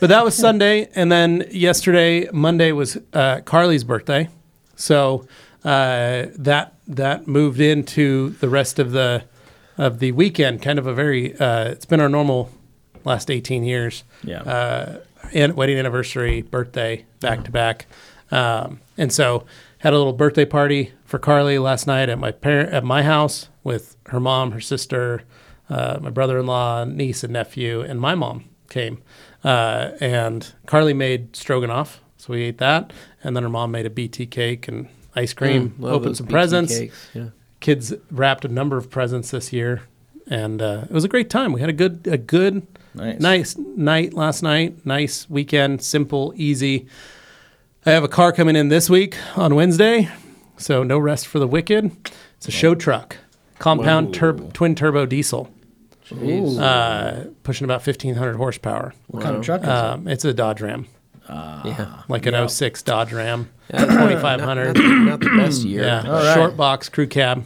Speaker 2: but that was Sunday, and then yesterday, Monday was uh, Carly's birthday, so uh, that that moved into the rest of the of the weekend. Kind of a very uh, it's been our normal last eighteen years
Speaker 1: Yeah.
Speaker 2: uh, an- wedding anniversary, birthday, back to back. Um, and so had a little birthday party for Carly last night at my parent at my house with her mom, her sister, uh, my brother-in-law, niece and nephew, and my mom came. Uh, and Carly made stroganoff, so we ate that, and then her mom made a BT cake and ice cream,
Speaker 3: Hmm, Love
Speaker 2: opened
Speaker 3: those
Speaker 2: some
Speaker 3: BT
Speaker 2: presents
Speaker 3: cakes. Yeah.
Speaker 2: kids wrapped a number of presents this year, and uh, it was a great time. We had a good a good
Speaker 1: Nice.
Speaker 2: night last night. Nice weekend, simple, easy. I have a car coming in this week on Wednesday, so no rest for the wicked. It's a show truck, compound turb- twin turbo diesel,
Speaker 3: Jeez.
Speaker 2: uh, pushing about fifteen hundred horsepower.
Speaker 1: What kind of truck is it?
Speaker 2: Um, it's a Dodge Ram,
Speaker 3: yeah.
Speaker 2: like an 06 Dodge Ram,
Speaker 3: Yeah.
Speaker 2: twenty
Speaker 3: Not-
Speaker 2: five
Speaker 3: Not,
Speaker 2: hundred.
Speaker 3: not the best year.
Speaker 2: Yeah,
Speaker 1: All right.
Speaker 2: short box crew cab.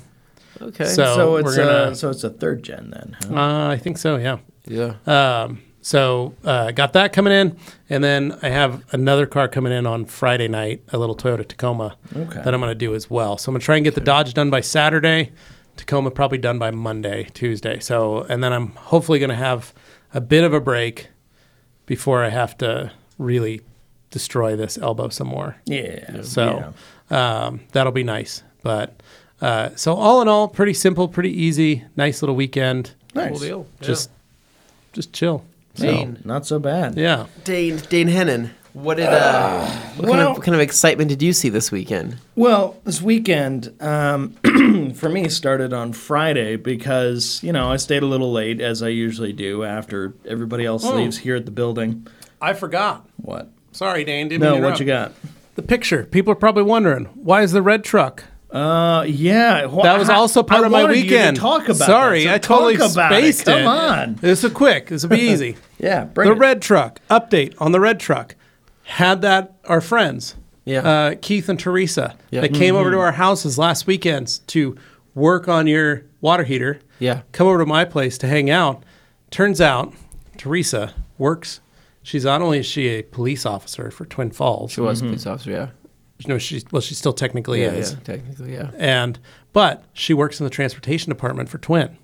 Speaker 3: Okay.
Speaker 2: So,
Speaker 1: So
Speaker 2: we're
Speaker 1: it's uh,
Speaker 2: gonna.
Speaker 1: a so it's a third gen then. huh?
Speaker 2: uh, I think so. Yeah.
Speaker 3: yeah.
Speaker 2: Um, so uh, got that coming in, and then I have another car coming in on Friday night, a little Toyota Tacoma
Speaker 1: Okay.
Speaker 2: that I'm going to do as well. So I'm going to try and get the Dodge done by Saturday, Tacoma probably done by Monday, Tuesday. So and then I'm hopefully going to have a bit of a break before I have to really destroy this elbow some more.
Speaker 1: Yeah.
Speaker 2: So um, that'll be nice. But uh, so all in all, pretty simple, pretty easy, nice little weekend.
Speaker 1: yeah.
Speaker 3: Cool
Speaker 1: nice.
Speaker 3: deal.
Speaker 2: Just just chill.
Speaker 1: So, not so bad.
Speaker 2: Yeah.
Speaker 3: Dane Dane Hennon. What did uh, what, kind
Speaker 1: well-
Speaker 3: of, what kind of excitement did you see this weekend?
Speaker 1: Well, this weekend um, for me started on Friday because you know I stayed a little late as I usually do after everybody else
Speaker 2: Oh.
Speaker 1: leaves here at the building.
Speaker 2: I forgot.
Speaker 1: What?
Speaker 2: Sorry, Dane. Didn't
Speaker 1: No,
Speaker 2: mean to
Speaker 1: what you
Speaker 2: interrupt.
Speaker 1: got?
Speaker 2: The picture. People are probably wondering why is the red truck?
Speaker 1: Uh, yeah, wh-
Speaker 2: That was
Speaker 1: I-
Speaker 2: also part
Speaker 1: I
Speaker 2: of my
Speaker 1: wanted you to
Speaker 2: weekend.
Speaker 1: talk about
Speaker 2: Sorry,
Speaker 1: that, so
Speaker 2: I totally
Speaker 1: talk about
Speaker 2: spaced it.
Speaker 1: Come on.
Speaker 2: This is quick. This will be easy.
Speaker 1: Yeah, bring
Speaker 2: the
Speaker 1: it.
Speaker 2: red truck update on the red truck. Had that our friends,
Speaker 3: Yeah.
Speaker 2: uh, Keith and Teresa,
Speaker 3: Yeah. Mm-hmm.
Speaker 2: that came over to our houses last weekends to work on your water heater.
Speaker 3: Yeah.
Speaker 2: come over to my place to hang out. Turns out Teresa works. She's not only is she a police officer for Twin Falls.
Speaker 3: She
Speaker 1: Mm-hmm.
Speaker 3: was a police officer, yeah.
Speaker 2: You know, she well, she still technically
Speaker 3: Yeah,
Speaker 2: is.
Speaker 3: yeah, technically, yeah.
Speaker 2: And but she works in the transportation department for Twin.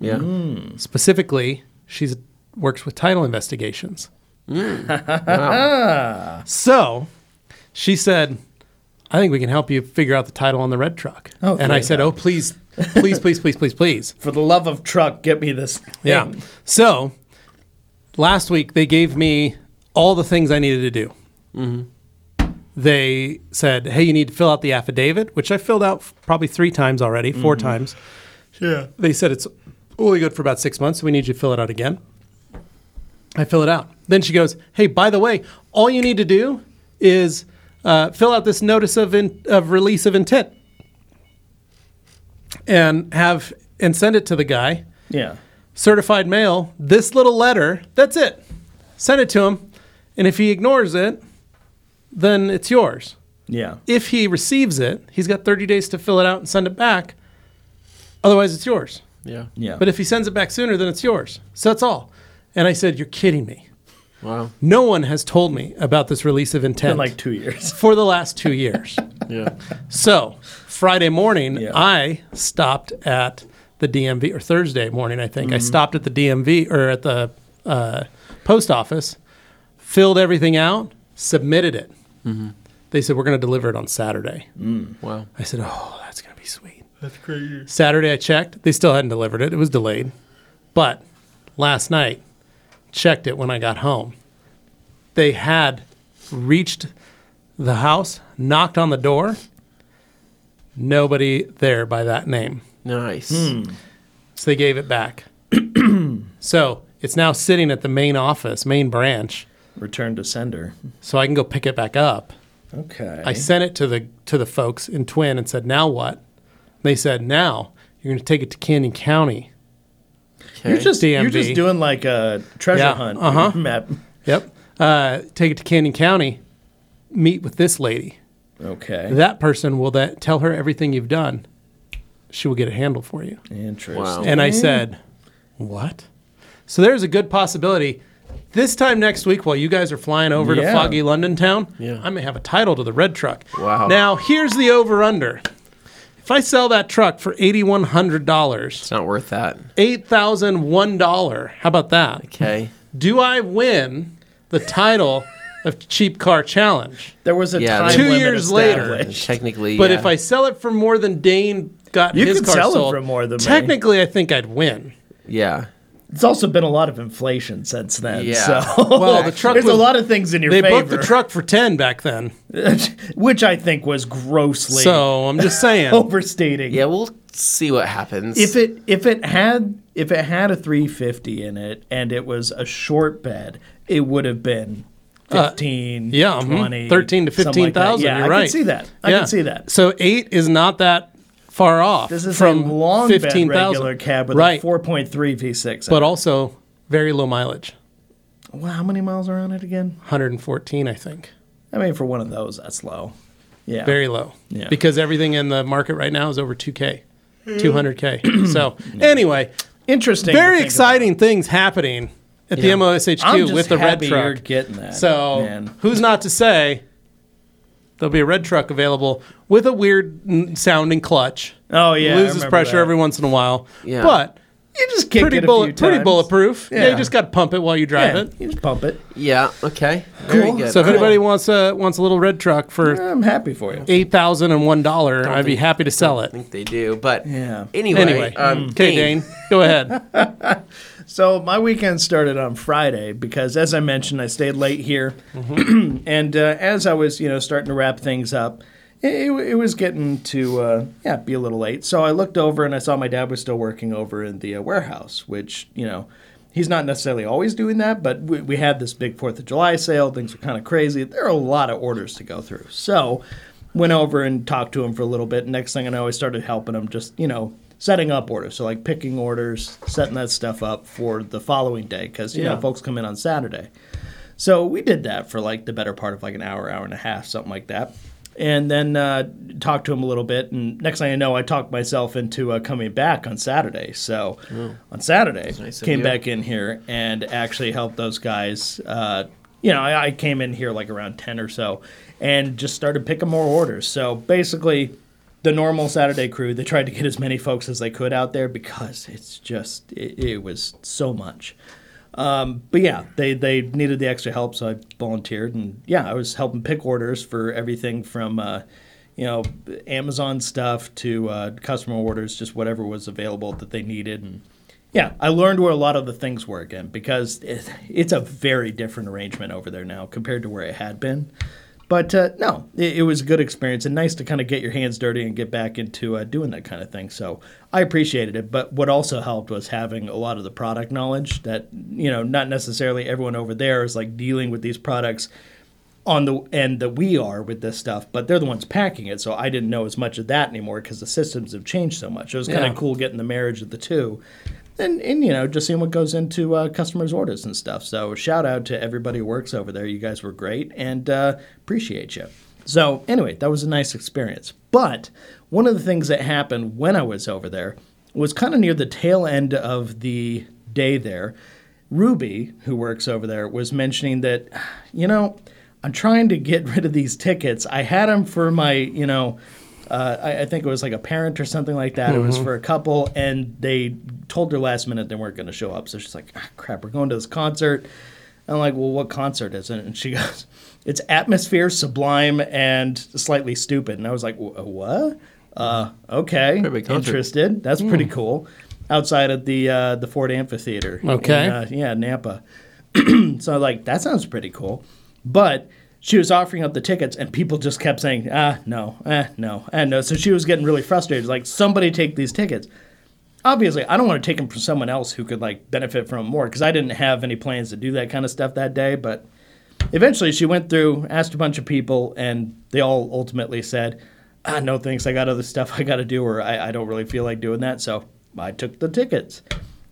Speaker 3: Yeah.
Speaker 1: Mm-hmm.
Speaker 2: Specifically, she's works with title investigations.
Speaker 1: Mm.
Speaker 2: so she said, I think we can help you figure out the title on the red truck.
Speaker 1: Oh,
Speaker 2: and I
Speaker 1: great.
Speaker 2: said, Oh, please, please, please, please, please, please.
Speaker 1: For the love of truck, get me this.
Speaker 2: Yeah.
Speaker 1: thing.
Speaker 2: So last week they gave me all the things I needed to do. Mm-hmm. They said, "Hey, you need to fill out the affidavit," which I filled out f- probably three times already, 4 times. Mm-hmm. Yeah. They said it's only good for about six months, so we need you to fill it out again. I fill it out. Then she goes, "Hey, by the way, all you need to do is uh, fill out this notice of in, of release of intent." And have and send it to the guy
Speaker 1: yeah.
Speaker 2: certified mail, this little letter, that's it. Send it to him. And if he ignores it, then it's yours.
Speaker 1: Yeah.
Speaker 2: If he receives it, he's got 30 days to fill it out and send it back. Otherwise, it's yours.
Speaker 3: Yeah.
Speaker 1: Yeah.
Speaker 2: But if he sends it back sooner, then it's yours. So that's all. And I said, You're kidding me.
Speaker 3: Wow.
Speaker 2: No one has told me about this release of
Speaker 1: in
Speaker 2: intent
Speaker 1: like two years.
Speaker 2: for the last two years.
Speaker 3: Yeah.
Speaker 2: So Friday morning,
Speaker 1: Yeah.
Speaker 2: I stopped at the DMV, or Thursday morning, I think. I stopped at the DMV or at the uh, post office, filled everything out, submitted it. They said, We're going to deliver it on Saturday.
Speaker 3: Wow.
Speaker 2: I said, Oh, that's going to be sweet. That's crazy. Saturday, I checked. They still hadn't delivered it, it was delayed. But last night, checked it when I got home. They had reached the house, knocked on the door. Nobody there by that name.
Speaker 3: Nice.
Speaker 1: Hmm.
Speaker 2: So they gave it back. so it's now sitting at the main office, main branch,
Speaker 1: Return to sender.
Speaker 2: so I can go pick it back up.
Speaker 1: Okay.
Speaker 2: I sent it to the to the folks in Twin and said, "Now what?" They said, "Now you're going to take it to Canyon County."
Speaker 1: You're
Speaker 3: Okay.
Speaker 1: just you're
Speaker 2: DMV.
Speaker 1: just doing like a treasure
Speaker 2: Yeah,
Speaker 1: hunt
Speaker 2: uh-huh.
Speaker 1: map.
Speaker 2: Yep. Uh, take it to Canyon County. Meet with this lady.
Speaker 1: Okay.
Speaker 2: That person will that tell her everything you've done. She will get it handled for you.
Speaker 1: Interesting.
Speaker 3: Wow.
Speaker 2: And I said, What? So there's a good possibility this time next week while you guys are flying over to
Speaker 1: Yeah.
Speaker 2: foggy London town,
Speaker 3: Yeah.
Speaker 2: I may have a title to the red truck.
Speaker 3: Wow.
Speaker 2: Now, here's the over under. If I sell that truck for $8,100,
Speaker 3: It's not worth that.
Speaker 2: $8,001, how about that?
Speaker 3: Okay.
Speaker 2: Do I win the title of Cheap Car Challenge?
Speaker 1: There was a
Speaker 3: Yeah,
Speaker 1: time
Speaker 2: Two
Speaker 1: limit
Speaker 2: years later.
Speaker 1: established.
Speaker 3: Technically,
Speaker 2: But
Speaker 3: yeah.
Speaker 2: if I sell it for more than Dane got
Speaker 1: You
Speaker 2: his
Speaker 1: could
Speaker 2: car
Speaker 1: sell it
Speaker 2: sold,
Speaker 1: for more than me.
Speaker 2: technically I think I'd win.
Speaker 3: yeah,
Speaker 1: It's also been a lot of inflation since then.
Speaker 3: Yeah.
Speaker 1: So
Speaker 2: Well, the truck
Speaker 1: there's
Speaker 2: was-
Speaker 1: a lot of things in your
Speaker 2: They
Speaker 1: favor.
Speaker 2: booked the truck for ten back then,
Speaker 1: which I think was grossly
Speaker 2: so I'm just
Speaker 1: Oh,
Speaker 2: saying.
Speaker 1: overstating.
Speaker 3: yeah, we'll see what happens.
Speaker 1: If it if it had if it had a 350 in it and it was a short bed, it would have been 15,
Speaker 2: Uh, yeah, mhm.
Speaker 1: 20,
Speaker 2: 13 to
Speaker 1: something like that.
Speaker 2: 15,000,
Speaker 1: Yeah,
Speaker 2: you're
Speaker 1: I can
Speaker 2: right.
Speaker 1: see that. I
Speaker 2: yeah.
Speaker 1: can see that.
Speaker 2: So eight is not that far off
Speaker 1: This is
Speaker 2: from
Speaker 1: a long
Speaker 2: fifteen
Speaker 1: bed regular
Speaker 2: thousand.
Speaker 1: cab with
Speaker 2: Right.
Speaker 1: a 4.3 V6.
Speaker 2: But also very low mileage,
Speaker 1: well, how many miles are on it again?
Speaker 2: 114 I think,
Speaker 1: I mean, for one of those, that's low. Yeah.
Speaker 2: very low.
Speaker 1: Yeah.
Speaker 2: Because everything in the market right now is over 2k, 200k. so anyway,
Speaker 1: interesting. to
Speaker 2: very
Speaker 1: think
Speaker 2: exciting things happening at the
Speaker 3: Yeah.
Speaker 2: MOSHQ
Speaker 1: about. I'm just
Speaker 2: with the
Speaker 1: happy
Speaker 2: red truck.
Speaker 1: You're getting that.
Speaker 2: So
Speaker 1: man.
Speaker 2: who's not to say there'll be a red truck available with a weird n- sounding clutch.
Speaker 1: Oh yeah. I
Speaker 2: loses
Speaker 1: remember
Speaker 2: pressure
Speaker 1: that.
Speaker 2: every once in a while.
Speaker 3: Yeah.
Speaker 2: But
Speaker 1: You just kick
Speaker 2: pretty
Speaker 1: it a few
Speaker 2: bullet, pretty
Speaker 1: times.
Speaker 2: bulletproof. Yeah. You
Speaker 1: Yeah.
Speaker 2: just got to pump it while you drive
Speaker 1: Yeah,
Speaker 2: it.
Speaker 1: you just pump it.
Speaker 3: yeah, okay, very
Speaker 1: Cool.
Speaker 3: good.
Speaker 2: So if
Speaker 1: Cool.
Speaker 2: anybody wants a wants a little red truck for
Speaker 1: I'm happy for you.
Speaker 2: eight thousand and one dollar, I'd be
Speaker 3: think-
Speaker 2: happy to sell
Speaker 3: I
Speaker 2: it.
Speaker 3: think they do. But
Speaker 1: Yeah. Mm.
Speaker 2: mm.
Speaker 3: anyway,
Speaker 2: Anyway,
Speaker 3: um,
Speaker 2: okay, Dane, go ahead.
Speaker 1: So my weekend started on Friday because, as I mentioned, I stayed late here,
Speaker 2: Mm-hmm.
Speaker 1: and uh, as I was, you know, starting to wrap things up, it, it, it was getting to uh, yeah, be a little late. So I looked over and I saw my dad was still working over in the uh, warehouse, which you know. He's not necessarily always doing that, but we, we had this big Fourth of July sale. Things were kind of crazy. There are a lot of orders to go through. So, went over and talked to him for a little bit. Next thing I know, I started helping him just, you know, setting up orders. So, like picking orders, setting that stuff up for the following day because, you
Speaker 2: Yeah.
Speaker 1: know, folks come in on Saturday. So, we did that for like the better part of like an hour, hour and a half, something like that. And then uh, talked to him a little bit. And next thing I know, I talked myself into uh, coming back on Saturday. So, on Saturday,
Speaker 3: Oh. nice of
Speaker 1: came
Speaker 3: you.
Speaker 1: back in here and actually helped those guys. Uh, you know, I, I came in here like around 10 or so and just started picking more orders. So basically, the normal Saturday crew, they tried to get as many folks as they could out there because it's just, it, it was so much. Um, but yeah, they, they needed the extra help, so I volunteered. And yeah, I was helping pick orders for everything from, uh, you know, Amazon stuff to uh, customer orders, just whatever was available that they needed. And yeah, I learned where a lot of the things were again because it, it's a very different arrangement over there now compared to where it had been. But uh, no, it, it was a good experience and nice to kind of get your hands dirty and get back into uh, doing that kind of thing. So I appreciated it. But what also helped was having a lot of the product knowledge that, you know, not necessarily everyone over there is like dealing with these products on the end that we are with this stuff, but they're the ones packing it. So I didn't know as much of that anymore because the systems have changed so much. It was kind
Speaker 2: Yeah.
Speaker 1: of cool getting the marriage of the two. And, and you know just seeing what goes into uh, customers' orders and stuff. So shout out to everybody who works over there. You guys were great and uh, appreciate you. So anyway, that was a nice experience. But one of the things that happened when I was over there was kind of near the tail end of the day there. Ruby, who works over there, was mentioning that, you know, I'm trying to get rid of these tickets. I had them for my, you know, uh, I, I think it was like a parent or something like that. It was
Speaker 3: Mm-hmm.
Speaker 1: for a couple, and they told her last minute they weren't going to show up. So she's like, ah, crap, we're going to this concert. And I'm like, well, what concert is it? And she goes, it's Atmosphere, Sublime, and Slightly Stupid. And I was like, "Wh- what? Uh, okay,
Speaker 3: Pretty big concert.
Speaker 1: interested. That's pretty cool. Outside of the uh, the Ford Amphitheater.
Speaker 2: Okay.
Speaker 1: in, uh, yeah, Napa. So I'm like, that sounds pretty cool. But she was offering up the tickets, and people just kept saying, ah, no, eh, no, eh, no. So she was getting really frustrated. Like, somebody take these tickets. Obviously, I don't want to take them from someone else who could like benefit from 'em more because I didn't have any plans to do that kind of stuff that day. But eventually, she went through, asked a bunch of people, and they all ultimately said, ah, "No thanks, I got other stuff I got to do, or I, I don't really feel like doing that." So I took the tickets,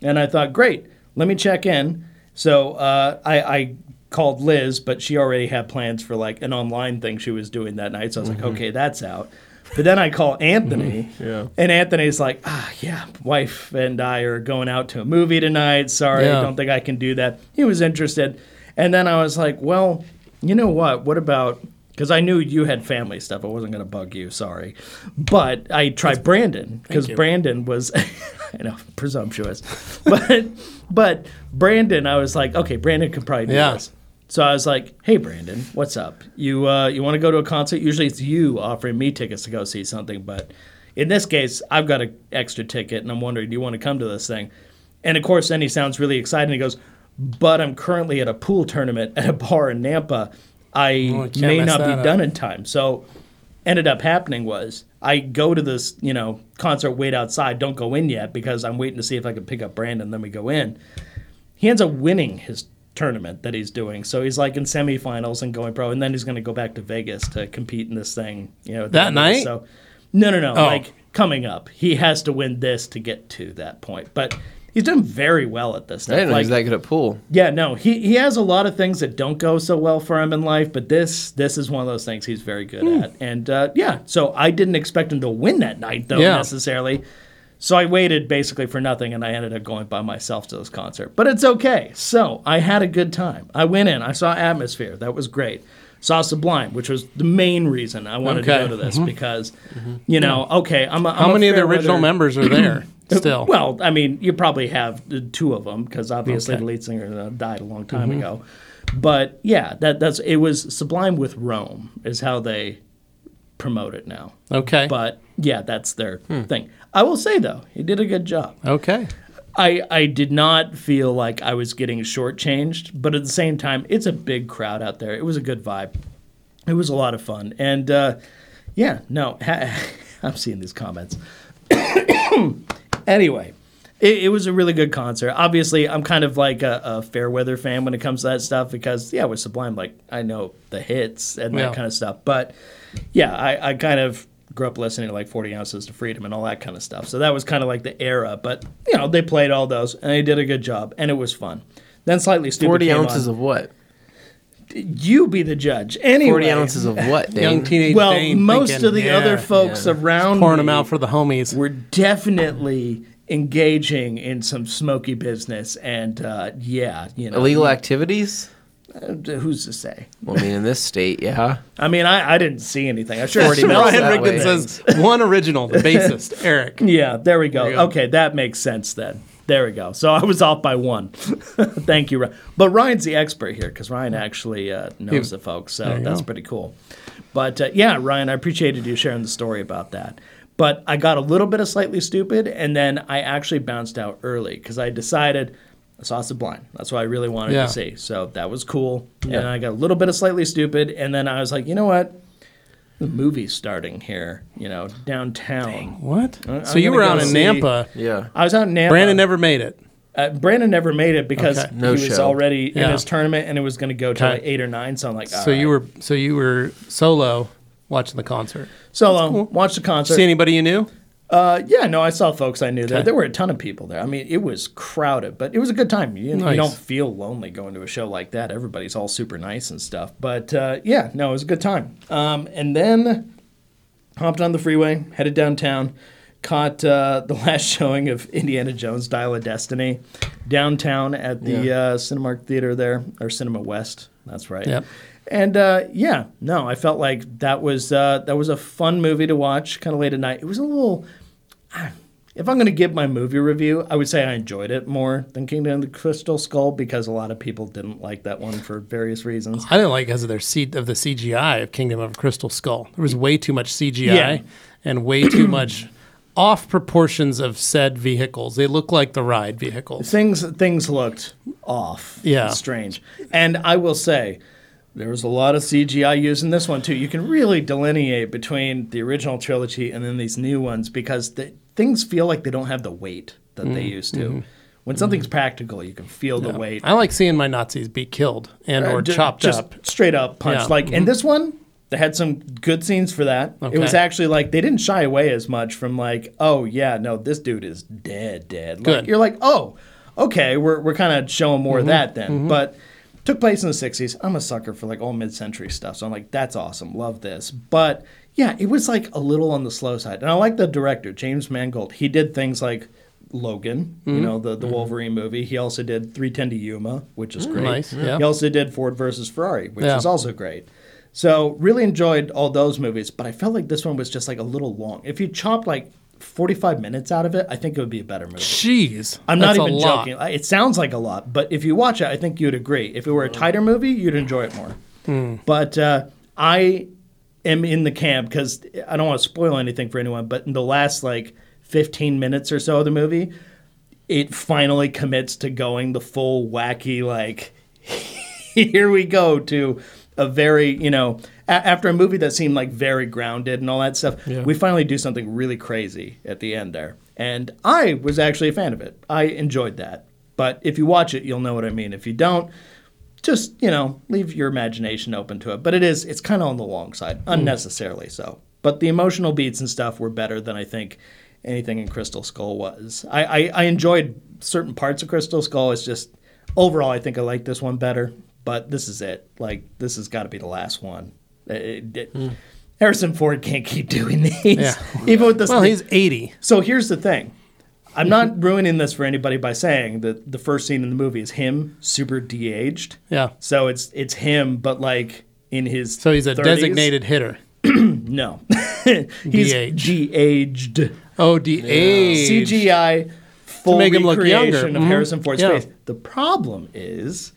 Speaker 1: and I thought, "Great, let me check in." So uh, I, I called Liz, but she already had plans for like an online thing she was doing that night. So I was like, "Okay, that's out." But then I call Anthony, and Anthony's like, "Ah, yeah, wife and I are going out to a movie tonight. Sorry,
Speaker 2: Yeah.
Speaker 1: don't think I can do that." He was interested, and then I was like, "Well, you know what? What about?" Because I knew you had family stuff. I wasn't going to bug you. Sorry, but I tried Brandon because
Speaker 2: you.
Speaker 1: Brandon was, I know, presumptuous, but but Brandon, I was like, okay, Brandon could probably do
Speaker 2: Yeah.
Speaker 1: this. So I was like, "Hey, Brandon, what's up? You uh, you want to go to a concert? Usually it's you offering me tickets to go see something, but in this case, I've got an extra ticket, and I'm wondering, do you want to come to this thing?" And of course, then he sounds really excited. and He goes, "But I'm currently at a pool tournament at a bar in Nampa. I
Speaker 2: Oh, I can't
Speaker 1: may
Speaker 2: mess
Speaker 1: not be
Speaker 2: that up."
Speaker 1: done in time." So ended up happening was I go to this, you know, concert, wait outside, don't go in yet because I'm waiting to see if I can pick up Brandon. Then we go in he ends up winning his tournament that he's doing. So he's like in semifinals and going pro, and then he's going to go back to Vegas to compete in this thing. You know at the
Speaker 2: That
Speaker 1: end of it.
Speaker 2: night?
Speaker 1: So no, no, no.
Speaker 2: Oh.
Speaker 1: Like coming up, he has to win this to get to that point. But he's done very well at this.
Speaker 3: I
Speaker 1: Stuff.
Speaker 3: didn't know he
Speaker 1: Like,
Speaker 3: was that good at pool.
Speaker 1: yeah, no, he he has a lot of things that don't go so well for him in life, but this this is one of those things he's very good
Speaker 2: Hmm.
Speaker 1: at. And uh, yeah, so I didn't expect him to win that night though
Speaker 2: Yeah.
Speaker 1: necessarily. So I waited basically for nothing, and I ended up going by myself to this concert. But it's okay. So I had a good time. I went in. I saw Atmosphere. That was great. Saw Sublime, which was the main reason I wanted
Speaker 2: Okay. Mm-hmm.
Speaker 1: to go to this because, you know, okay, I'm. A,
Speaker 2: How
Speaker 1: I'm a
Speaker 2: many of the
Speaker 1: fair
Speaker 2: original
Speaker 1: weather-
Speaker 2: members are there still?
Speaker 1: well, I mean, you probably have the two of them because obviously
Speaker 2: Okay. Mm-hmm.
Speaker 1: the lead singer uh, died a long time ago. But yeah, that that's it was Sublime with Rome is how they promote it now.
Speaker 2: okay. Hmm.
Speaker 1: But yeah, that's their thing. I will say though, he did a good job.
Speaker 2: okay.
Speaker 1: I, I did not feel like I was getting shortchanged, but at the same time, it's a big crowd out there. It was a good vibe. It was a lot of fun. And uh, yeah, no, ha- I'm seeing these comments. anyway, it, it was a really good concert. Obviously, I'm kind of like a, a fair weather fan when it comes to that stuff because, yeah, with Sublime, like I know the hits and
Speaker 2: Yeah.
Speaker 1: that kind of stuff. But yeah, I, I kind of grew up listening to like 40 Ounces to Freedom and all that kind of stuff. So that was kind of like the era. But, you know, they played all those and they did a good job and it was fun. Then slightly stupid.
Speaker 3: 40
Speaker 1: came
Speaker 3: ounces
Speaker 1: on.
Speaker 3: of what?
Speaker 1: you be the judge. Anyway,
Speaker 3: 40 ounces of what, Dane?
Speaker 2: Young teenage
Speaker 1: well,
Speaker 2: Dane
Speaker 1: most
Speaker 2: thinking,
Speaker 1: of the
Speaker 2: yeah,
Speaker 1: other folks
Speaker 3: yeah.
Speaker 1: around
Speaker 2: pouring
Speaker 1: me
Speaker 2: them out for the homies.
Speaker 1: were definitely engaging in some smoky business, and uh, yeah, you know,
Speaker 3: Illegal activities?
Speaker 1: Who's to say?
Speaker 3: Well, I mean, in this state, yeah.
Speaker 1: I mean, I, I didn't see anything. I sure
Speaker 3: 40
Speaker 1: smelled
Speaker 3: minutes
Speaker 1: that
Speaker 2: Brian
Speaker 3: that
Speaker 2: Rigdon
Speaker 1: way.
Speaker 3: way.
Speaker 2: says one original, the bassist Eric.
Speaker 1: Yeah, there we go.
Speaker 2: you go.
Speaker 1: Okay, that makes sense then. There we go. So I was off by one. Thank you, Ryan. But Ryan's the expert here because Ryan actually uh, knows the folks, so
Speaker 2: you
Speaker 1: that's
Speaker 2: go.
Speaker 1: pretty cool. But uh, yeah, Ryan, I appreciated you sharing the story about that. But I got a little bit of slightly stupid, and then I actually bounced out early because I decided I saw Sublime. That's what I really wanted
Speaker 2: Yeah.
Speaker 1: to see. So that was cool.
Speaker 3: Yeah.
Speaker 1: And I got a little bit of slightly stupid, and then I was like, you know what? The movie's starting here, you know, downtown.
Speaker 2: What?
Speaker 1: Uh, I'm
Speaker 2: so you
Speaker 1: gonna
Speaker 2: were
Speaker 1: go
Speaker 2: out in
Speaker 1: see- uh,
Speaker 2: Nampa.
Speaker 3: Yeah.
Speaker 1: I was out in Nampa.
Speaker 2: Brandon never made it.
Speaker 1: uh, Brandon never made it because
Speaker 2: Okay.
Speaker 3: No
Speaker 1: he was
Speaker 3: show.
Speaker 1: already in
Speaker 2: Yeah.
Speaker 1: his tournament and it was going to go to like
Speaker 2: Okay.
Speaker 1: eight or nine. So I'm like,
Speaker 2: So you were so you were solo watching the concert.
Speaker 1: solo. Watch um, the concert.
Speaker 2: See anybody you knew?
Speaker 1: Uh, yeah, no, I saw folks I knew there. There were a ton of people there. I mean, it was crowded, but it was a good time. You, you
Speaker 2: Nice.
Speaker 1: don't feel lonely going to a show like that. Everybody's all super nice and stuff. But uh, yeah, no, it was a good time. Um, and then hopped on the freeway, headed downtown, caught uh, the last showing of Indiana Jones: Dial of Destiny downtown at the
Speaker 3: Yeah.
Speaker 1: uh, Cinemark Theater there or Cinema West. That's right.
Speaker 2: Yep.
Speaker 1: And uh, yeah, no, I felt like that was uh, that was a fun movie to watch, kind of late at night. It was a little. ah, If I'm going to give my movie review, I would say I enjoyed it more than Kingdom of the Crystal Skull because a lot of people didn't like that one for various reasons.
Speaker 2: I didn't like because of their seat of the CGI of Kingdom of Crystal Skull. There was way too much CGI
Speaker 1: Yeah.
Speaker 2: and way too much off proportions of said vehicles. They look like the ride vehicles.
Speaker 1: Things things looked off,
Speaker 2: Yeah.
Speaker 1: strange. And I will say, there was a lot of CGI used in this one too. You can really delineate between the original trilogy and then these new ones because the, things feel like they don't have the weight that they used to. When something's practical, you can feel the weight.
Speaker 2: I like seeing my Nazis be killed and or
Speaker 1: Uh, ju-
Speaker 2: chopped
Speaker 1: just
Speaker 2: up.
Speaker 1: straight up punch.
Speaker 2: Yeah. Mm-hmm.
Speaker 1: Like in this one, they had some good scenes for that. It was
Speaker 2: Okay.
Speaker 1: actually like they didn't shy away as much from like, oh yeah, no, this dude is dead, dead. Like,
Speaker 2: Good. Mm-hmm.
Speaker 1: You're like, oh, okay, we're we're kind of showing more of that then, but. Took place in the '60s. I'm a sucker for like old mid-century stuff, so I'm like, that's awesome, love this. But yeah, it was like a little on the slow side, and I like the director James Mangold. He did things like Logan,
Speaker 2: Mm-hmm.
Speaker 1: you know, the, the Wolverine movie. He also did 310 to Yuma, which is great.
Speaker 2: Mm-hmm. nice, yeah.
Speaker 1: He also did Ford versus Ferrari, which
Speaker 2: Yeah.
Speaker 1: is also great. So really enjoyed all those movies, but I felt like this one was just like a little long. If you chopped like 45 minutes out of it, I think it would be a better movie.
Speaker 2: Jeez,
Speaker 1: I'm
Speaker 2: that's
Speaker 1: not
Speaker 2: a
Speaker 1: even
Speaker 2: lot.
Speaker 1: joking. I- It sounds like a lot, but if you watch it, I think you'd agree. If it were a tighter movie, you'd enjoy it more.
Speaker 2: Hmm.
Speaker 1: But uh, I am in the camp because I don't want to spoil anything for anyone. But in the last like 15 minutes or so of the movie, it finally commits to going the full wacky like here we go to a very you know a- after a movie that seemed like very grounded and all that stuff we finally do something really crazy at the end there and i was actually a fan of it i enjoyed that but if you watch it you'll know what i mean if you don't just you know leave your imagination open to it but it is it's kind of on the long side unnecessarily so but the emotional beats and stuff were better than i think anything in crystal skull was i i, I enjoyed certain parts of crystal skull it's just overall i think i like this one better but this is it like this has got to be the last one It- it- harrison ford can't keep doing these
Speaker 2: Hmm. Yeah.
Speaker 1: even with this
Speaker 2: Well, he's 80.
Speaker 1: so here's the thing. I'm not ruining this for anybody by saying that the first scene in the movie is him super de-aged.
Speaker 2: Yeah.
Speaker 1: So it's it's him, but like in his
Speaker 2: So he's a
Speaker 1: 30s.
Speaker 2: designated hitter.
Speaker 1: no. he's
Speaker 2: De-aged.
Speaker 1: de-aged.
Speaker 2: Oh, de age.
Speaker 1: CGI full
Speaker 2: make him look
Speaker 1: recreation
Speaker 2: younger.
Speaker 1: of
Speaker 2: Mhm.
Speaker 1: Harrison Ford's
Speaker 2: Yeah.
Speaker 1: face. The problem is,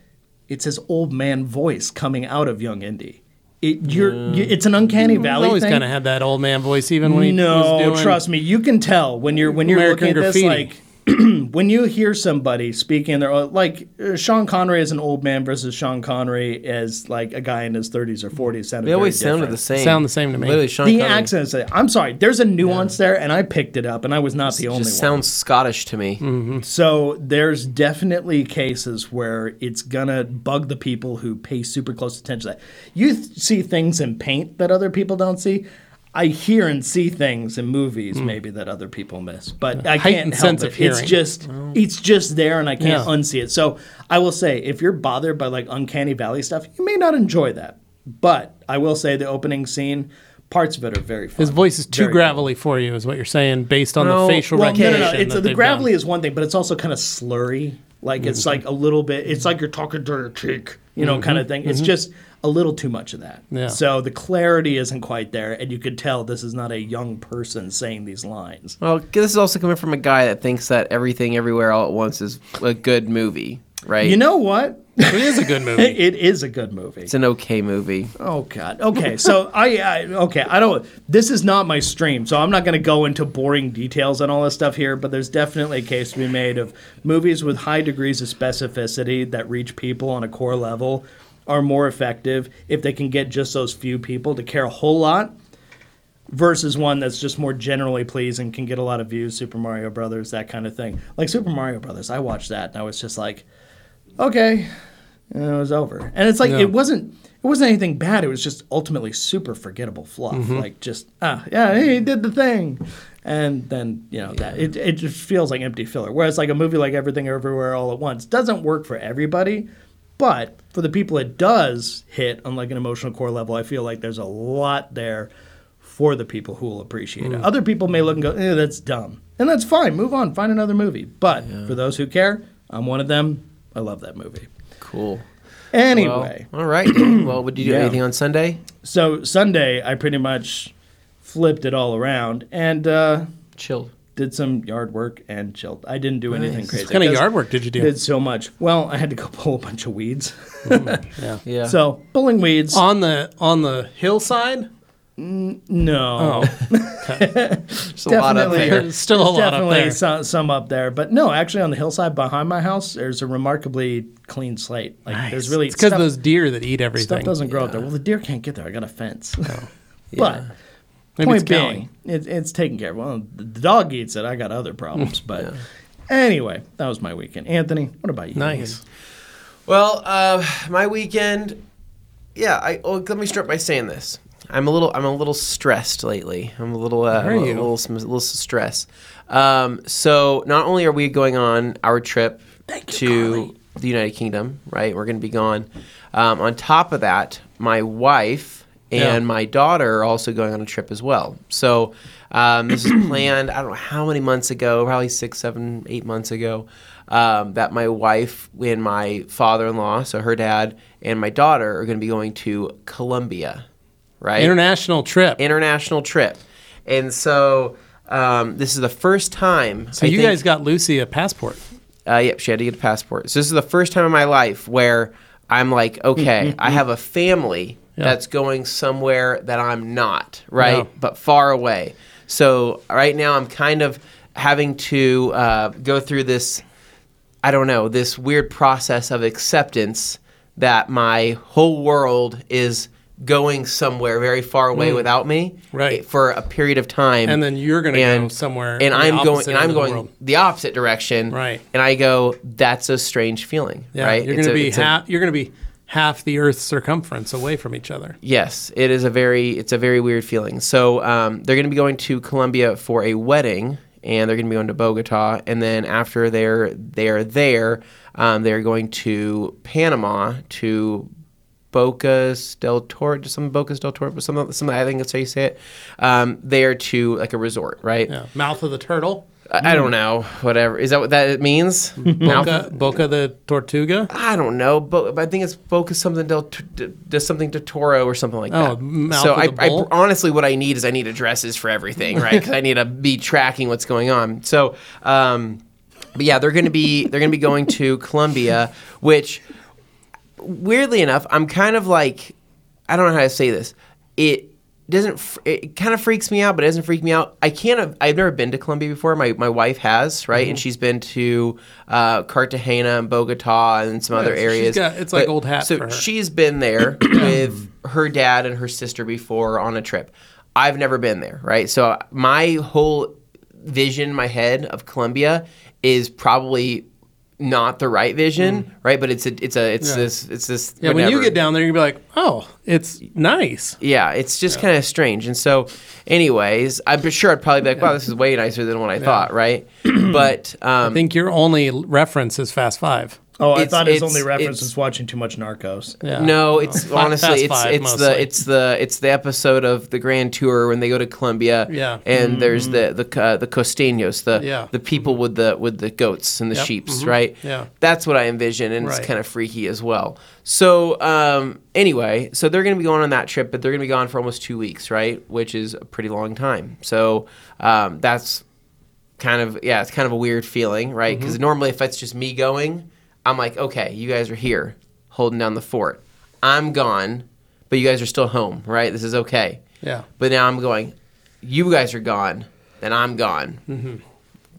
Speaker 1: it's his old man voice coming out of young Indy. It you're you- it's an uncanny
Speaker 2: Mm. He's
Speaker 1: valley
Speaker 2: always
Speaker 1: thing.
Speaker 2: kind of had that old man voice, even when he
Speaker 1: no,
Speaker 2: was doing.
Speaker 1: trust me, you can tell when you're when you're
Speaker 2: American
Speaker 1: looking at
Speaker 2: Graffiti.
Speaker 1: this like when you hear somebody speaking their own, like uh, Sean Connery as an old man versus Sean Connery as like a guy in his 30s or 40s sounded
Speaker 3: They always
Speaker 1: very
Speaker 3: sounded the
Speaker 1: different.
Speaker 3: same.
Speaker 2: Sound the same to me.
Speaker 3: Literally, Sean
Speaker 1: The
Speaker 3: Connery
Speaker 1: accents. I'm sorry. There's a nuance there, and I picked it up, and I was not the only
Speaker 3: just
Speaker 1: one. Mm.
Speaker 3: sounds Scottish to me.
Speaker 1: So there's definitely cases where it's gonna bug the people who pay super close attention to that. You th- see things in paint that other people don't see. I hear and see things in movies maybe that other people miss, but I can't
Speaker 2: Hmm. heightened
Speaker 1: help
Speaker 2: sense
Speaker 1: it.
Speaker 2: of
Speaker 1: It's
Speaker 2: hearing.
Speaker 1: just it's just there, and I can't
Speaker 2: Yeah.
Speaker 1: unsee it. So I will say, if you're bothered by like uncanny valley stuff, you may not enjoy that. But I will say the opening scene, parts of it are very. Fun.
Speaker 2: His voice is too
Speaker 1: Very cool.
Speaker 2: gravelly for you, is what you're saying, based on
Speaker 3: No,
Speaker 2: the facial
Speaker 1: Well, no, no,
Speaker 2: recognition.
Speaker 1: no. It's, uh,
Speaker 2: that
Speaker 1: the
Speaker 2: they've
Speaker 1: gravelly
Speaker 2: done. Mm-hmm.
Speaker 1: is one thing, but it's also kind of slurry. Like it's like a little bit. It's like you're talking to your cheek, you know, kind of thing. It's just a little too much of that.
Speaker 2: Mm-hmm. Yeah.
Speaker 1: So the clarity isn't quite there, and you could tell this is not a young person saying these lines.
Speaker 3: Well, this is also coming from a guy that thinks that everything, everywhere, all at once is a good movie, right?
Speaker 1: You know what?
Speaker 2: It is a good movie.
Speaker 1: it is a good movie.
Speaker 3: it's an okay movie.
Speaker 1: Oh God. Okay. So I, I. Okay. I don't. This is not my stream, so I'm not going to go into boring details and all this stuff here. But there's definitely a case to be made of movies with high degrees of specificity that reach people on a core level are more effective if they can get just those few people to care a whole lot versus one that's just more generally pleasing can get a lot of views super mario brothers that kind of thing like super mario brothers i watched that and i was just like okay and it was over and it's like
Speaker 2: Yeah.
Speaker 1: it wasn't it wasn't anything bad it was just ultimately super forgettable fluff like just ah yeah he did the thing and then you know that it, it just feels like empty filler whereas like a movie like everything everywhere all at once doesn't work for everybody but for the people it does hit on like an emotional core level i feel like there's a lot there for the people who will appreciate it. Other people may look and go, eh, that's dumb. And that's fine. Move on. Find another movie. But for those who care, I'm one of them. I love that movie.
Speaker 3: Cool. Well,
Speaker 1: Anyway,
Speaker 3: all right. dude. well, would you do
Speaker 1: Yeah.
Speaker 3: anything on Sunday?
Speaker 1: so Sunday, I pretty much flipped it all around and uh,
Speaker 3: Chilled.
Speaker 1: did some yard work and chilled. I didn't do anything crazy.
Speaker 2: what kind of
Speaker 1: 'cause
Speaker 2: yard work did you
Speaker 1: I
Speaker 2: do?
Speaker 1: Did so much. Well, I had to go pull a bunch of weeds.
Speaker 2: yeah.
Speaker 3: Yeah.
Speaker 1: So pulling weeds.
Speaker 2: On the on the hillside.
Speaker 1: no,
Speaker 2: Oh,
Speaker 3: There's a lot up
Speaker 1: definitely.
Speaker 3: there.
Speaker 2: there's still Oh,
Speaker 1: There's
Speaker 2: a lot up
Speaker 1: definitely
Speaker 2: there.
Speaker 1: Some, some up there, but no, actually on the hillside behind my house, there's a remarkably clean slate. Like there's really
Speaker 2: it's because
Speaker 1: stuff,
Speaker 2: those deer that eat
Speaker 1: stuff
Speaker 2: everything.
Speaker 1: doesn't grow up there. Well, the deer can't get there. I got a fence.
Speaker 3: Yeah.
Speaker 1: but
Speaker 2: Maybe
Speaker 1: point
Speaker 2: it's counting.
Speaker 1: being, it, it's taken care of. Well, the the dog eats it. I got other problems, but anyway, that was my weekend. Anthony, what about you?
Speaker 2: Nice.
Speaker 3: Well, uh, my weekend. Yeah. I oh, let me start by saying this. I'm a little. I'm a little stressed lately. I'm a little. Uh,
Speaker 2: Are
Speaker 3: I'm a
Speaker 2: you?
Speaker 3: little. A little stress. Um, so not only are we going on our trip
Speaker 1: Thank
Speaker 3: to
Speaker 1: you, Carly.
Speaker 3: the United Kingdom, right? We're going to be gone. Um, on top of that, my wife and
Speaker 2: Yeah.
Speaker 3: my daughter are also going on a trip as well. So um, this is planned. I don't know how many months ago, probably six, seven, eight months ago, um, that my wife and my father-in-law, so her dad and my daughter, are going to be going to Colombia, right?
Speaker 2: International trip.
Speaker 3: International trip, and so. Um, this is the first time.
Speaker 2: so
Speaker 3: I
Speaker 2: you
Speaker 3: think-
Speaker 2: guys got Lucy a passport.
Speaker 3: uh, yep, she had to get a passport. So this is the first time in my life where I'm like, okay, I have a family
Speaker 2: Mm-hmm, Yeah.
Speaker 3: that's going somewhere that I'm not, right?
Speaker 2: Yeah.
Speaker 3: But far away. So right now I'm kind of having to uh, go through this, I don't know, this weird process of acceptance that my whole world is going somewhere very far away without me
Speaker 2: Mm. Right.
Speaker 3: for a period of time
Speaker 2: And then you're gonna go somewhere
Speaker 3: and
Speaker 2: the
Speaker 3: i'm going
Speaker 2: opposite
Speaker 3: and
Speaker 2: end
Speaker 3: i'm
Speaker 2: of the
Speaker 3: going
Speaker 2: world.
Speaker 3: the opposite direction.
Speaker 2: Right.
Speaker 3: And I go, that's a strange feeling.
Speaker 2: Yeah,
Speaker 3: right.
Speaker 2: you're
Speaker 3: It's
Speaker 2: gonna
Speaker 3: a-
Speaker 2: be
Speaker 3: it's a-
Speaker 2: half. You're gonna be half the Earth's circumference away from each other.
Speaker 3: Yes, it is a very it's a very weird feeling. So um, they're going to be going to Colombia for a wedding, and they're going to be going to Bogota, and then after they're they're there, um, they're going to Panama to Bocas del Toro, just some Bocas del Toro, but some some I think that's how you say it. Um, there to like a resort, right?
Speaker 2: Yeah, mouth of the turtle.
Speaker 3: I, I don't know, whatever. Is that what that means? Mouth-
Speaker 2: Boca, Boca the Tortuga.
Speaker 3: I don't know, but but I think it's Boca something del t- d- d- something de Toro or something like
Speaker 2: Oh,
Speaker 3: that.
Speaker 2: mouth
Speaker 3: so
Speaker 2: of
Speaker 3: I,
Speaker 2: the
Speaker 3: I
Speaker 2: bull?
Speaker 3: honestly, what I need is I need addresses for everything, right? Because I need to be tracking what's going on. So, um, but yeah, they're gonna be they're gonna be going to Colombia, which weirdly enough, I'm kind of like I don't know how to say this. It doesn't f- it kind of freaks me out, but it doesn't freak me out. I can't. I've never been to Colombia before. My my wife has, right,
Speaker 2: Mm-hmm.
Speaker 3: and she's been to uh, Cartagena and Bogota and some
Speaker 2: so
Speaker 3: other
Speaker 2: she's
Speaker 3: areas.
Speaker 2: got- it's like old hat
Speaker 3: So
Speaker 2: for her.
Speaker 3: she's been there with her dad and her sister before on a trip. I've never been there, right? So my whole vision, in my head of Colombia is probably not the right vision, right? But it's a, it's a, it's
Speaker 2: Mm. Yeah.
Speaker 3: this, it's this.
Speaker 2: Yeah, when you
Speaker 3: whatever.
Speaker 2: get down there, you'll be like, oh, it's nice.
Speaker 3: Yeah, it's just kind of strange. And so, anyways, I'm sure I'd probably be like, wow, this is way nicer than what I thought, right? but
Speaker 2: I
Speaker 3: um,
Speaker 2: think your only l- reference is Fast Five.
Speaker 1: Oh, I
Speaker 3: It's-
Speaker 1: thought his
Speaker 3: it's-
Speaker 1: only reference
Speaker 3: it's-
Speaker 1: was watching too much Narcos.
Speaker 2: Yeah.
Speaker 3: no, it's honestly,
Speaker 2: Fast
Speaker 3: it's
Speaker 2: Five
Speaker 3: it's the
Speaker 2: mostly.
Speaker 3: it's the it's the episode of the Grand Tour when they go to Colombia.
Speaker 2: Yeah. Mm-hmm.
Speaker 3: and there's the the uh, the costeños, the
Speaker 2: Yeah.
Speaker 3: the people with the with the goats and the
Speaker 2: Yep,
Speaker 3: sheep's,
Speaker 2: mhm,
Speaker 3: right?
Speaker 2: yeah.
Speaker 3: that's what I envision, and
Speaker 2: Right.
Speaker 3: it's kind of freaky as well. So um, anyway, so they're going to be going on that trip, but they're going to be gone for almost two weeks, right? Which is a pretty long time. So um, that's kind of yeah, it's kind of a weird feeling, right?
Speaker 2: Mm-hmm.
Speaker 3: Because normally if it's just me going, I'm like, okay, you guys are here holding down the fort. I'm gone, but you guys are still home, right? This is okay.
Speaker 2: Yeah.
Speaker 3: But now I'm going, you guys are gone, and I'm gone.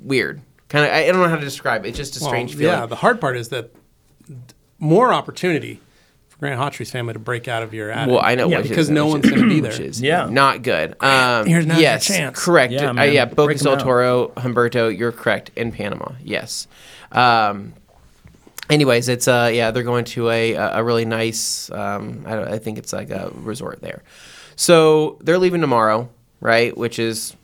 Speaker 3: Weird. Kind of, I I don't know how to describe it. It's just a
Speaker 2: Mm-hmm. Well,
Speaker 3: strange feeling.
Speaker 2: Yeah, the hard part is that more opportunity for Grant Hotry's family to break out of your attic.
Speaker 3: Well, I know
Speaker 1: Yeah,
Speaker 3: which is-
Speaker 2: because no
Speaker 3: which
Speaker 2: one's
Speaker 3: is-
Speaker 2: gonna be there.
Speaker 3: Which is
Speaker 1: Yeah.
Speaker 3: not good. Um,
Speaker 2: here's another
Speaker 3: yes,
Speaker 2: chance.
Speaker 3: correct.
Speaker 1: Yeah,
Speaker 3: Yeah, uh,
Speaker 1: man.
Speaker 3: yeah.
Speaker 1: Break
Speaker 3: Bocas
Speaker 1: 'em
Speaker 3: del
Speaker 1: out.
Speaker 3: Toro, Humberto, you're correct. In Panama, yes. Um, anyways, it's uh, yeah, they're going to a a really nice. Um, I, don't, I think it's like a resort there. So they're leaving tomorrow, right? Which is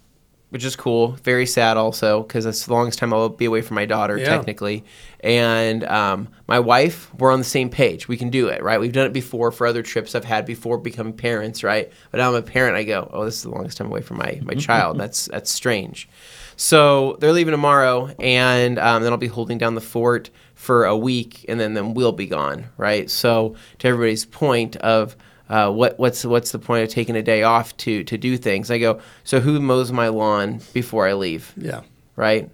Speaker 3: which is cool. Very sad also because it's the longest time I'll be away from my daughter
Speaker 2: Yeah.
Speaker 3: technically. And um, my wife, we're on the same page. We can do it, right? We've done it before for other trips I've had before becoming parents, right? But now I'm a parent. I go, oh, this is the longest time away from my my child. That's that's strange. So they're leaving tomorrow, and um, then I'll be holding down the fort for a week, and then then we'll be gone, right? So to everybody's point of uh, what what's what's the point of taking a day off to to do things? I go, so who mows my lawn before I leave?
Speaker 2: Yeah.
Speaker 3: Right?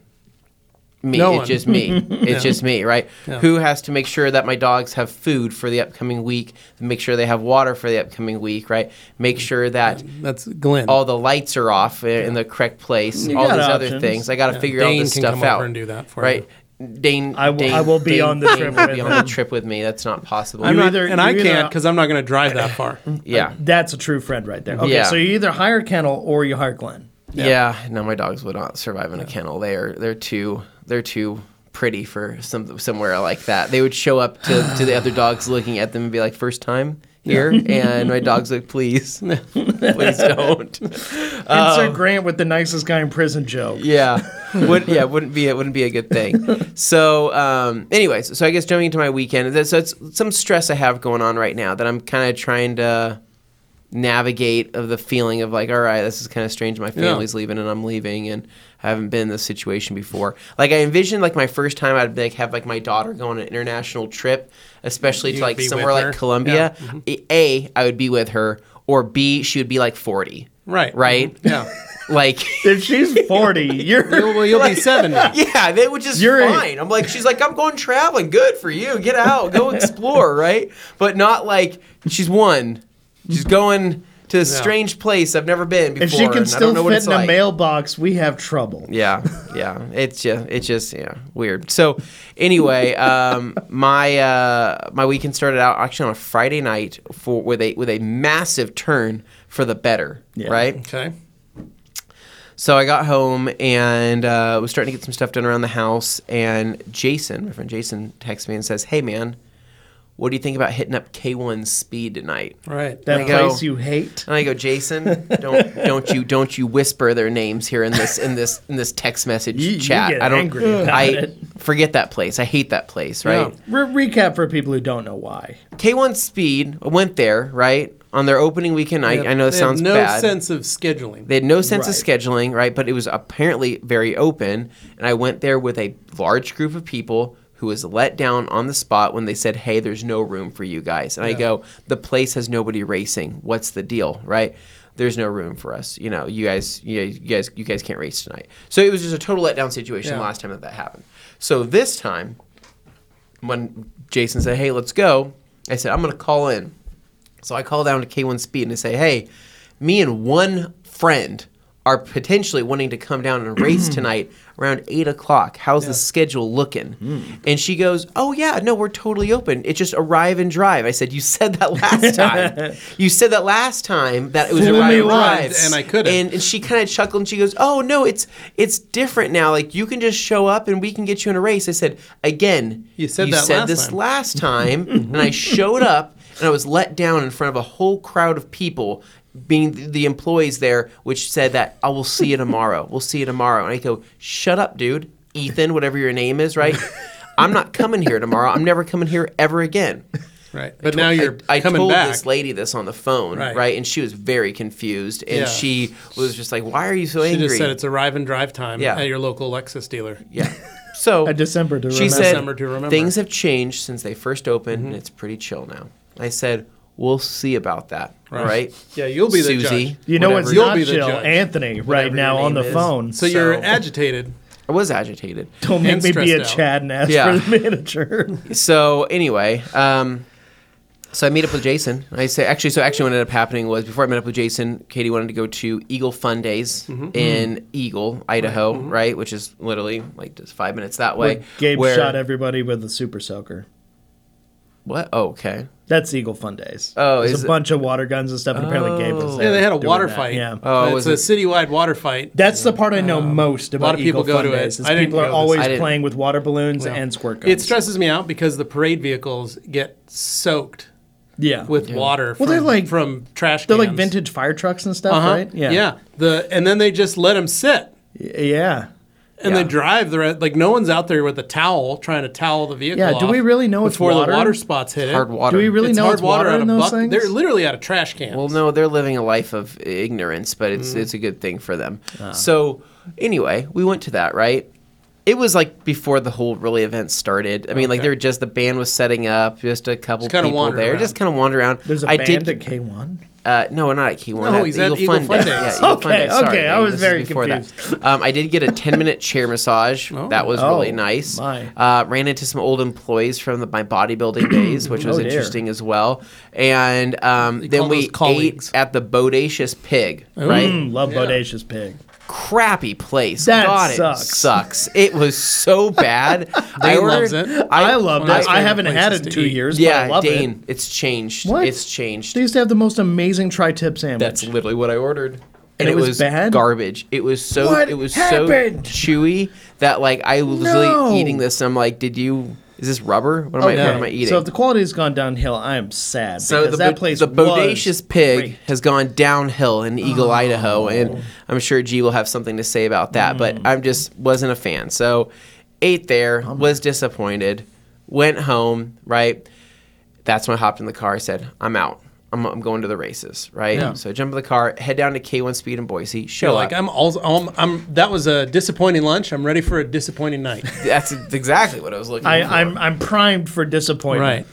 Speaker 3: Me.
Speaker 2: No
Speaker 3: it's
Speaker 2: one.
Speaker 3: just me. It's just me, right?
Speaker 2: Yeah.
Speaker 3: Who has to make sure that my dogs have food for the upcoming week? Make sure they have water for the upcoming week, right? Make sure that
Speaker 2: That's Glenn.
Speaker 3: all the lights are off i- in the correct place.
Speaker 1: You
Speaker 3: all
Speaker 1: got
Speaker 3: these other
Speaker 1: options.
Speaker 3: things. I got to
Speaker 2: Yeah,
Speaker 3: figure all
Speaker 2: Dane
Speaker 3: this
Speaker 2: can
Speaker 3: stuff
Speaker 2: come
Speaker 3: out.
Speaker 2: over and do that for
Speaker 3: right? Dane,
Speaker 1: I will-
Speaker 3: Dane-
Speaker 1: I will be
Speaker 3: Dane-
Speaker 1: on the
Speaker 3: Dane
Speaker 1: trip
Speaker 3: will
Speaker 1: with
Speaker 3: be on
Speaker 1: him.
Speaker 3: the trip with me. That's not possible.
Speaker 2: I'm
Speaker 1: You
Speaker 2: not,
Speaker 1: either-
Speaker 2: and I
Speaker 1: you either-
Speaker 2: can't because I'm not going to drive that far.
Speaker 3: yeah.
Speaker 1: That's a true friend right there. Okay,
Speaker 3: Yeah.
Speaker 1: so you either hire Kennel or you hire Glenn.
Speaker 3: Yeah. no, my dogs would not survive in a kennel. They are they're too they're too pretty for some somewhere like that. They would show up to, to the other dogs looking at them and be like, first time here, and my dog's like, please, please don't.
Speaker 1: Insert Grant with the nicest guy in prison joke.
Speaker 3: Uh, Yeah, would yeah wouldn't be it wouldn't be a good thing. So, um, anyways, so I guess jumping into my weekend. that- So it's some stress I have going on right now that I'm kind of trying to navigate of the feeling of like, all right, this is kind of strange. My family's leaving and I'm leaving, and I haven't been in this situation before. Like I envisioned, like my first time, I'd like have like my daughter go on an international trip, especially
Speaker 2: You'd
Speaker 3: to like
Speaker 2: be with
Speaker 3: somewhere
Speaker 2: her. Mm-hmm.
Speaker 3: like Colombia. A, I would be with her, or B, she would be like 40.
Speaker 2: Right. Mm-hmm.
Speaker 3: Right.
Speaker 2: Yeah.
Speaker 3: Like.
Speaker 1: If she's 40, you're.
Speaker 2: well, you'll be 70.
Speaker 3: Yeah, they would just
Speaker 1: You're in.
Speaker 3: fine. I'm like, she's like, I'm going traveling. Good for you. Get out, go explore, right? But not like she's one. She's going to a strange place I've never been before.
Speaker 1: If she
Speaker 3: and I
Speaker 1: can
Speaker 3: don't
Speaker 1: still
Speaker 3: know what
Speaker 1: fit
Speaker 3: it's
Speaker 1: in a
Speaker 3: like.
Speaker 1: mailbox, we have trouble.
Speaker 3: Yeah, yeah. It's just it's just yeah weird. So anyway, um, my uh, my weekend started out actually on a Friday night for with a with a massive turn for the better.
Speaker 1: Yeah.
Speaker 3: Right.
Speaker 2: Okay.
Speaker 3: So I got home and uh, was starting to get some stuff done around the house. And Jason, my friend Jason, texts me and says, "Hey man, what do you think about hitting up K1 Speed tonight?"
Speaker 2: Right.
Speaker 1: That
Speaker 3: I go-
Speaker 1: place you hate.
Speaker 3: And I go, Jason, don't don't you don't you whisper their names here in this in this in this text message
Speaker 1: You- you
Speaker 3: chat.
Speaker 1: get
Speaker 3: I don't.
Speaker 1: angry about
Speaker 3: I
Speaker 1: it.
Speaker 3: forget that place. I hate that place. Right.
Speaker 2: Yeah.
Speaker 1: Re- recap for people who don't know why.
Speaker 3: K1 Speed went there right on their opening weekend night. I know it
Speaker 2: They have
Speaker 3: sounds
Speaker 2: no
Speaker 3: bad.
Speaker 2: sense of scheduling.
Speaker 3: They had no sense of
Speaker 1: Right.
Speaker 3: scheduling, right? But it was apparently very open. And I went there with a large group of people who was let down on the spot when they said, hey, there's no room for you guys. And I go, the place has nobody racing. What's the deal, right? There's no room for us. You know, you guys, you, you guys, you guys can't race tonight. So it was just a total letdown situation
Speaker 2: Yeah.
Speaker 3: last time that that happened. So this time, when Jason said, "Hey, let's go," I said, "I'm going to call in." So I call down to K1 Speed and I say, "Hey, me and one friend are potentially wanting to come down and race tonight around eight o'clock. How's the schedule looking?
Speaker 2: Hmm.
Speaker 3: And she goes, Oh yeah, no, we're totally open. It's just arrive and drive. I said, You said that last time. you said that last time that it was
Speaker 2: Fool
Speaker 3: arrive
Speaker 2: me
Speaker 3: and
Speaker 2: once,
Speaker 3: drive.
Speaker 2: and I couldn't.
Speaker 3: And and she kind of chuckled and she goes, "Oh no, it's it's different now. Like you can just show up and we can get you in a race." I said, "Again,
Speaker 2: You said that last
Speaker 3: this
Speaker 2: time."
Speaker 3: last time, and I showed up and I was let down in front of a whole crowd of people." Being the the employees there, which said that I will see you tomorrow. We'll see you tomorrow. And I go, shut up, dude. Ethan, whatever your name is, right? I'm not coming here tomorrow. I'm never coming here ever again.
Speaker 2: Right. But now you're
Speaker 3: I, I
Speaker 2: coming
Speaker 3: told
Speaker 2: back.
Speaker 3: this lady this on the phone,
Speaker 2: Right.
Speaker 3: right. And she was very confused, and
Speaker 2: Yeah.
Speaker 3: she was just like, "Why are you so
Speaker 2: she
Speaker 3: angry?"
Speaker 2: just said it's arrive and drive time
Speaker 3: Yeah.
Speaker 2: at your local Lexus dealer.
Speaker 3: yeah. So
Speaker 1: A December to
Speaker 3: she
Speaker 1: remember.
Speaker 3: said
Speaker 2: December to remember. Mm-hmm.
Speaker 3: things have changed since they first opened, and it's pretty chill now. I said, "We'll see about that." All
Speaker 2: Right.
Speaker 3: Right?
Speaker 2: Yeah, you'll be the
Speaker 3: Susie.
Speaker 2: judge.
Speaker 1: You know
Speaker 3: whatever
Speaker 1: what's
Speaker 2: You'll
Speaker 1: not
Speaker 2: be the
Speaker 1: chill?
Speaker 2: judge.
Speaker 1: Anthony right
Speaker 3: Whatever your
Speaker 1: now on
Speaker 3: name
Speaker 1: the
Speaker 3: is.
Speaker 1: phone.
Speaker 2: So, you're
Speaker 3: So-
Speaker 2: agitated.
Speaker 3: I was agitated.
Speaker 1: Don't make
Speaker 2: and
Speaker 1: me be
Speaker 2: stressed
Speaker 1: a
Speaker 2: out.
Speaker 1: Chad and ask
Speaker 3: Yeah.
Speaker 1: for the manager.
Speaker 3: So anyway, um, so I meet up with Jason. I say actually, so actually, what ended up happening was before I met up with Jason, Katie wanted to go to Eagle Fun Days
Speaker 1: Mm-hmm.
Speaker 3: in Eagle, Idaho, right? Which is literally like just five minutes that way.
Speaker 1: Gabe
Speaker 3: where-
Speaker 1: shot everybody with a super soaker.
Speaker 3: What? Oh, okay.
Speaker 1: That's Eagle Fun Days.
Speaker 3: Oh,
Speaker 1: it's
Speaker 3: is
Speaker 1: a
Speaker 3: it-
Speaker 1: bunch of water guns and stuff. And apparently, Gabe was
Speaker 3: Oh.
Speaker 1: there
Speaker 2: Yeah, they had a
Speaker 1: doing
Speaker 2: water
Speaker 1: that.
Speaker 2: fight.
Speaker 1: Yeah.
Speaker 3: Oh, Um,
Speaker 2: it's
Speaker 3: was
Speaker 2: a
Speaker 3: it-
Speaker 2: citywide water fight.
Speaker 1: That's the part I know most about
Speaker 2: lot of people
Speaker 1: Eagle
Speaker 2: go
Speaker 1: Fun
Speaker 2: to it.
Speaker 1: Days. Is
Speaker 2: I didn't
Speaker 1: people are
Speaker 2: go to this.
Speaker 1: always
Speaker 3: I didn't-
Speaker 1: playing with water balloons
Speaker 2: Yeah.
Speaker 1: and squirt guns.
Speaker 2: It stresses me out because the parade vehicles get soaked
Speaker 1: yeah,
Speaker 2: with water. From,
Speaker 1: Well, they're like-
Speaker 2: from trash.
Speaker 1: they're like
Speaker 2: cans.
Speaker 1: vintage fire trucks and stuff,
Speaker 2: Uh-huh.
Speaker 1: right?
Speaker 2: Yeah. The and then they just let them sit
Speaker 1: yeah, yeah.
Speaker 2: and they
Speaker 3: Yeah.
Speaker 2: drive the re- like no one's out there with a towel trying to towel the vehicle.
Speaker 1: Yeah, do we
Speaker 2: off
Speaker 1: really know it's
Speaker 2: before
Speaker 1: water?
Speaker 2: the water spots hit it?
Speaker 3: Hard water.
Speaker 1: Do we really
Speaker 2: It's
Speaker 1: know
Speaker 2: hard
Speaker 1: it's water,
Speaker 2: out
Speaker 1: in
Speaker 2: of
Speaker 1: those
Speaker 2: buck-
Speaker 1: things?
Speaker 2: They're literally out of trash cans.
Speaker 3: Well, no, they're living a life of ignorance, but
Speaker 2: Mm-hmm.
Speaker 3: it's it's a good thing for them.
Speaker 2: Uh-huh.
Speaker 3: So anyway, we went to that, right? It was like before the whole really event started. I mean, like
Speaker 2: Okay.
Speaker 3: they were just the band was setting up, just a couple
Speaker 2: Just kinda
Speaker 3: people
Speaker 2: wander
Speaker 3: there,
Speaker 2: around.
Speaker 3: just kind of wander around.
Speaker 1: There's a
Speaker 3: I
Speaker 1: band
Speaker 3: did,
Speaker 1: at K1.
Speaker 3: uh, no, we're not at Key One.
Speaker 2: No,
Speaker 3: at
Speaker 2: he's at Eagle Fun Days.
Speaker 3: Yeah, Eagle Fun
Speaker 1: Okay,
Speaker 3: Days. Sorry,
Speaker 1: okay, I
Speaker 3: man,
Speaker 1: was
Speaker 3: this is
Speaker 1: very
Speaker 3: before That. Um, I did get a ten minute chair massage.
Speaker 2: Oh.
Speaker 3: that was
Speaker 1: Oh,
Speaker 3: really nice.
Speaker 1: my.
Speaker 3: Uh, ran into some old employees from the, my bodybuilding days, which was
Speaker 1: Oh, dear.
Speaker 3: interesting as well. And um,
Speaker 2: call
Speaker 3: then
Speaker 2: those
Speaker 3: we
Speaker 2: colleagues.
Speaker 3: ate at the Bodacious Pig. Right,
Speaker 1: Mm, love
Speaker 2: Yeah.
Speaker 1: Bodacious Pig.
Speaker 3: crappy place.
Speaker 1: That
Speaker 3: God,
Speaker 1: sucks.
Speaker 3: it sucks. It was so bad.
Speaker 2: Dane
Speaker 3: I ordered-
Speaker 2: loves it.
Speaker 1: I,
Speaker 3: I
Speaker 1: love
Speaker 2: one of
Speaker 1: that.
Speaker 2: my
Speaker 1: I
Speaker 2: favorite
Speaker 1: haven't had
Speaker 2: places
Speaker 1: it in
Speaker 2: to
Speaker 1: two
Speaker 2: eat.
Speaker 1: years, but I
Speaker 3: yeah,
Speaker 1: love it.
Speaker 3: Dane, it's changed.
Speaker 1: What?
Speaker 3: It's changed.
Speaker 1: They used to have the most amazing tri-tip sandwich.
Speaker 3: That's literally what I ordered.
Speaker 1: And it was bad?
Speaker 3: garbage. It was so
Speaker 1: What
Speaker 3: it was
Speaker 1: happened?
Speaker 3: so chewy that like I was
Speaker 1: No.
Speaker 3: literally eating this. I'm like, did you? Is this rubber? What am, I, what am I eating?
Speaker 1: So if the quality's gone downhill, I am sad.
Speaker 3: So
Speaker 1: because that
Speaker 3: bo-
Speaker 1: place
Speaker 3: the
Speaker 1: was
Speaker 3: bodacious pig
Speaker 1: great. Oh.
Speaker 3: has gone downhill in Eagle, Idaho, and I'm sure G will have something to say about that.
Speaker 1: Mm.
Speaker 3: But I'm just wasn't a fan. So ate there, was disappointed, went home. Right, that's when I hopped in the car. Said I'm out. I'm, I'm going to the races. Right, so I jump in the car, head down to K1 Speed in Boise. Show
Speaker 2: You're
Speaker 3: like
Speaker 2: like I'm all I'm, I'm. That was a disappointing lunch. I'm ready for a disappointing night.
Speaker 3: that's exactly what I was looking
Speaker 1: I,
Speaker 3: for.
Speaker 1: I'm I'm primed for disappointment.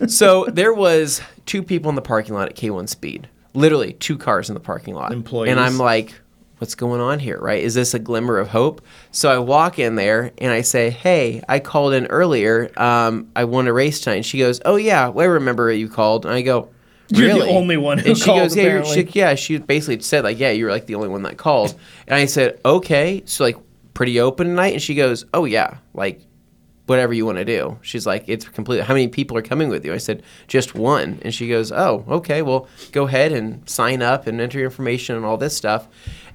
Speaker 2: right.
Speaker 3: so there was two people in the parking lot at K1 Speed. Literally two cars in the parking lot.
Speaker 1: Employees.
Speaker 3: And I'm like, what's going on here, right? Is this a glimmer of hope? So I walk in there and I say, hey, I called in earlier. Um, I won a race tonight. And she goes, oh, yeah, well, I remember you called. And I go,
Speaker 1: You're the
Speaker 3: "Really?"
Speaker 1: only one who
Speaker 3: and she
Speaker 1: called,
Speaker 3: Goes, yeah, you're-
Speaker 1: apparently.
Speaker 3: she, yeah, she basically said like, yeah, you were like the only one that called. And I said, okay, so like pretty open tonight. And she goes, oh yeah, like whatever you want to do. She's like, it's complete. How many people are coming with you? I said, just one. And she goes, oh, okay, well go ahead and sign up and enter your information and all this stuff.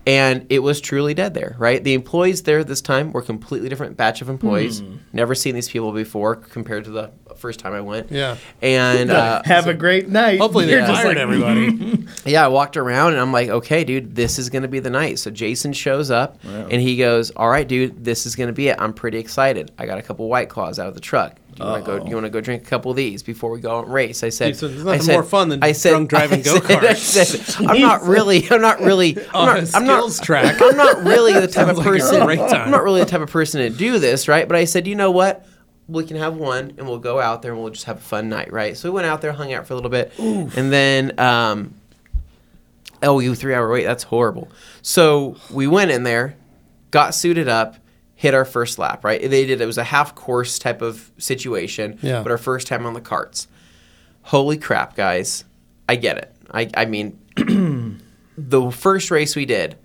Speaker 3: And it was truly dead there, right? The employees there this time were a completely different batch of employees. Never seen these people before compared to the first time I went.
Speaker 2: Yeah.
Speaker 3: And uh,
Speaker 1: Have a great night.
Speaker 2: Hopefully they
Speaker 1: You're
Speaker 2: fired
Speaker 1: just like,
Speaker 2: everybody.
Speaker 3: yeah, I walked around and I'm like, okay, dude, this is gonna be the night. So Jason shows up and he goes, all right, dude, this is gonna be it. I'm pretty excited. I got a couple white claws out of the truck. Do you want to go? Do you want to go drink a couple of these before we go out and race? I said,
Speaker 2: So there's
Speaker 3: I
Speaker 2: nothing
Speaker 3: said,
Speaker 2: more fun than
Speaker 3: I said,
Speaker 2: drunk driving
Speaker 3: I said-
Speaker 2: go-karts.
Speaker 3: I said, I'm not really, I'm not really,
Speaker 2: On
Speaker 3: I'm
Speaker 2: a
Speaker 3: not, I'm
Speaker 2: skills
Speaker 3: not,
Speaker 2: track.
Speaker 3: I'm not really the type
Speaker 2: Sounds
Speaker 3: of
Speaker 2: like a
Speaker 3: person.
Speaker 2: great time.
Speaker 3: I'm not really the type of person to do this, right? But I said, you know what? We can have one, and we'll go out there, and we'll just have a fun night, right? So we went out there, hung out for a little bit, and then um, oh, you three hour wait. That's horrible. So we went in there, got suited up, hit our first lap. Right? They did. It was a half course type of situation.
Speaker 2: Yeah.
Speaker 3: But our first time on the carts. Holy crap, guys! I get it. I I mean, the first race we did,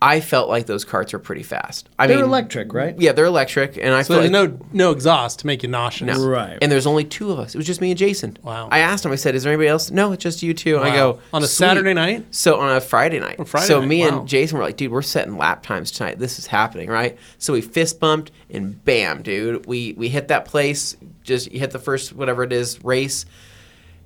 Speaker 3: I felt like those carts were pretty fast. I
Speaker 1: They're
Speaker 3: mean,
Speaker 1: electric, right?
Speaker 3: Yeah, they're electric, and I
Speaker 2: So
Speaker 3: feel
Speaker 2: there's
Speaker 3: like
Speaker 2: no no exhaust to make you nauseous.
Speaker 3: no.
Speaker 1: Right.
Speaker 3: And there's only two of us. It was just me and Jason.
Speaker 2: Wow.
Speaker 3: I asked him. I said, "Is there anybody else?" No, it's just you two. And I
Speaker 2: Wow.
Speaker 3: go
Speaker 2: On a
Speaker 3: "Sweet."
Speaker 2: Saturday night?
Speaker 3: So on a Friday night.
Speaker 2: Friday
Speaker 3: so
Speaker 2: night,
Speaker 3: me
Speaker 2: wow.
Speaker 3: and Jason were like, "Dude, we're setting lap times tonight. This is happening, right?" So we fist bumped and bam, dude, we we hit that place. Just you hit the first whatever it is race,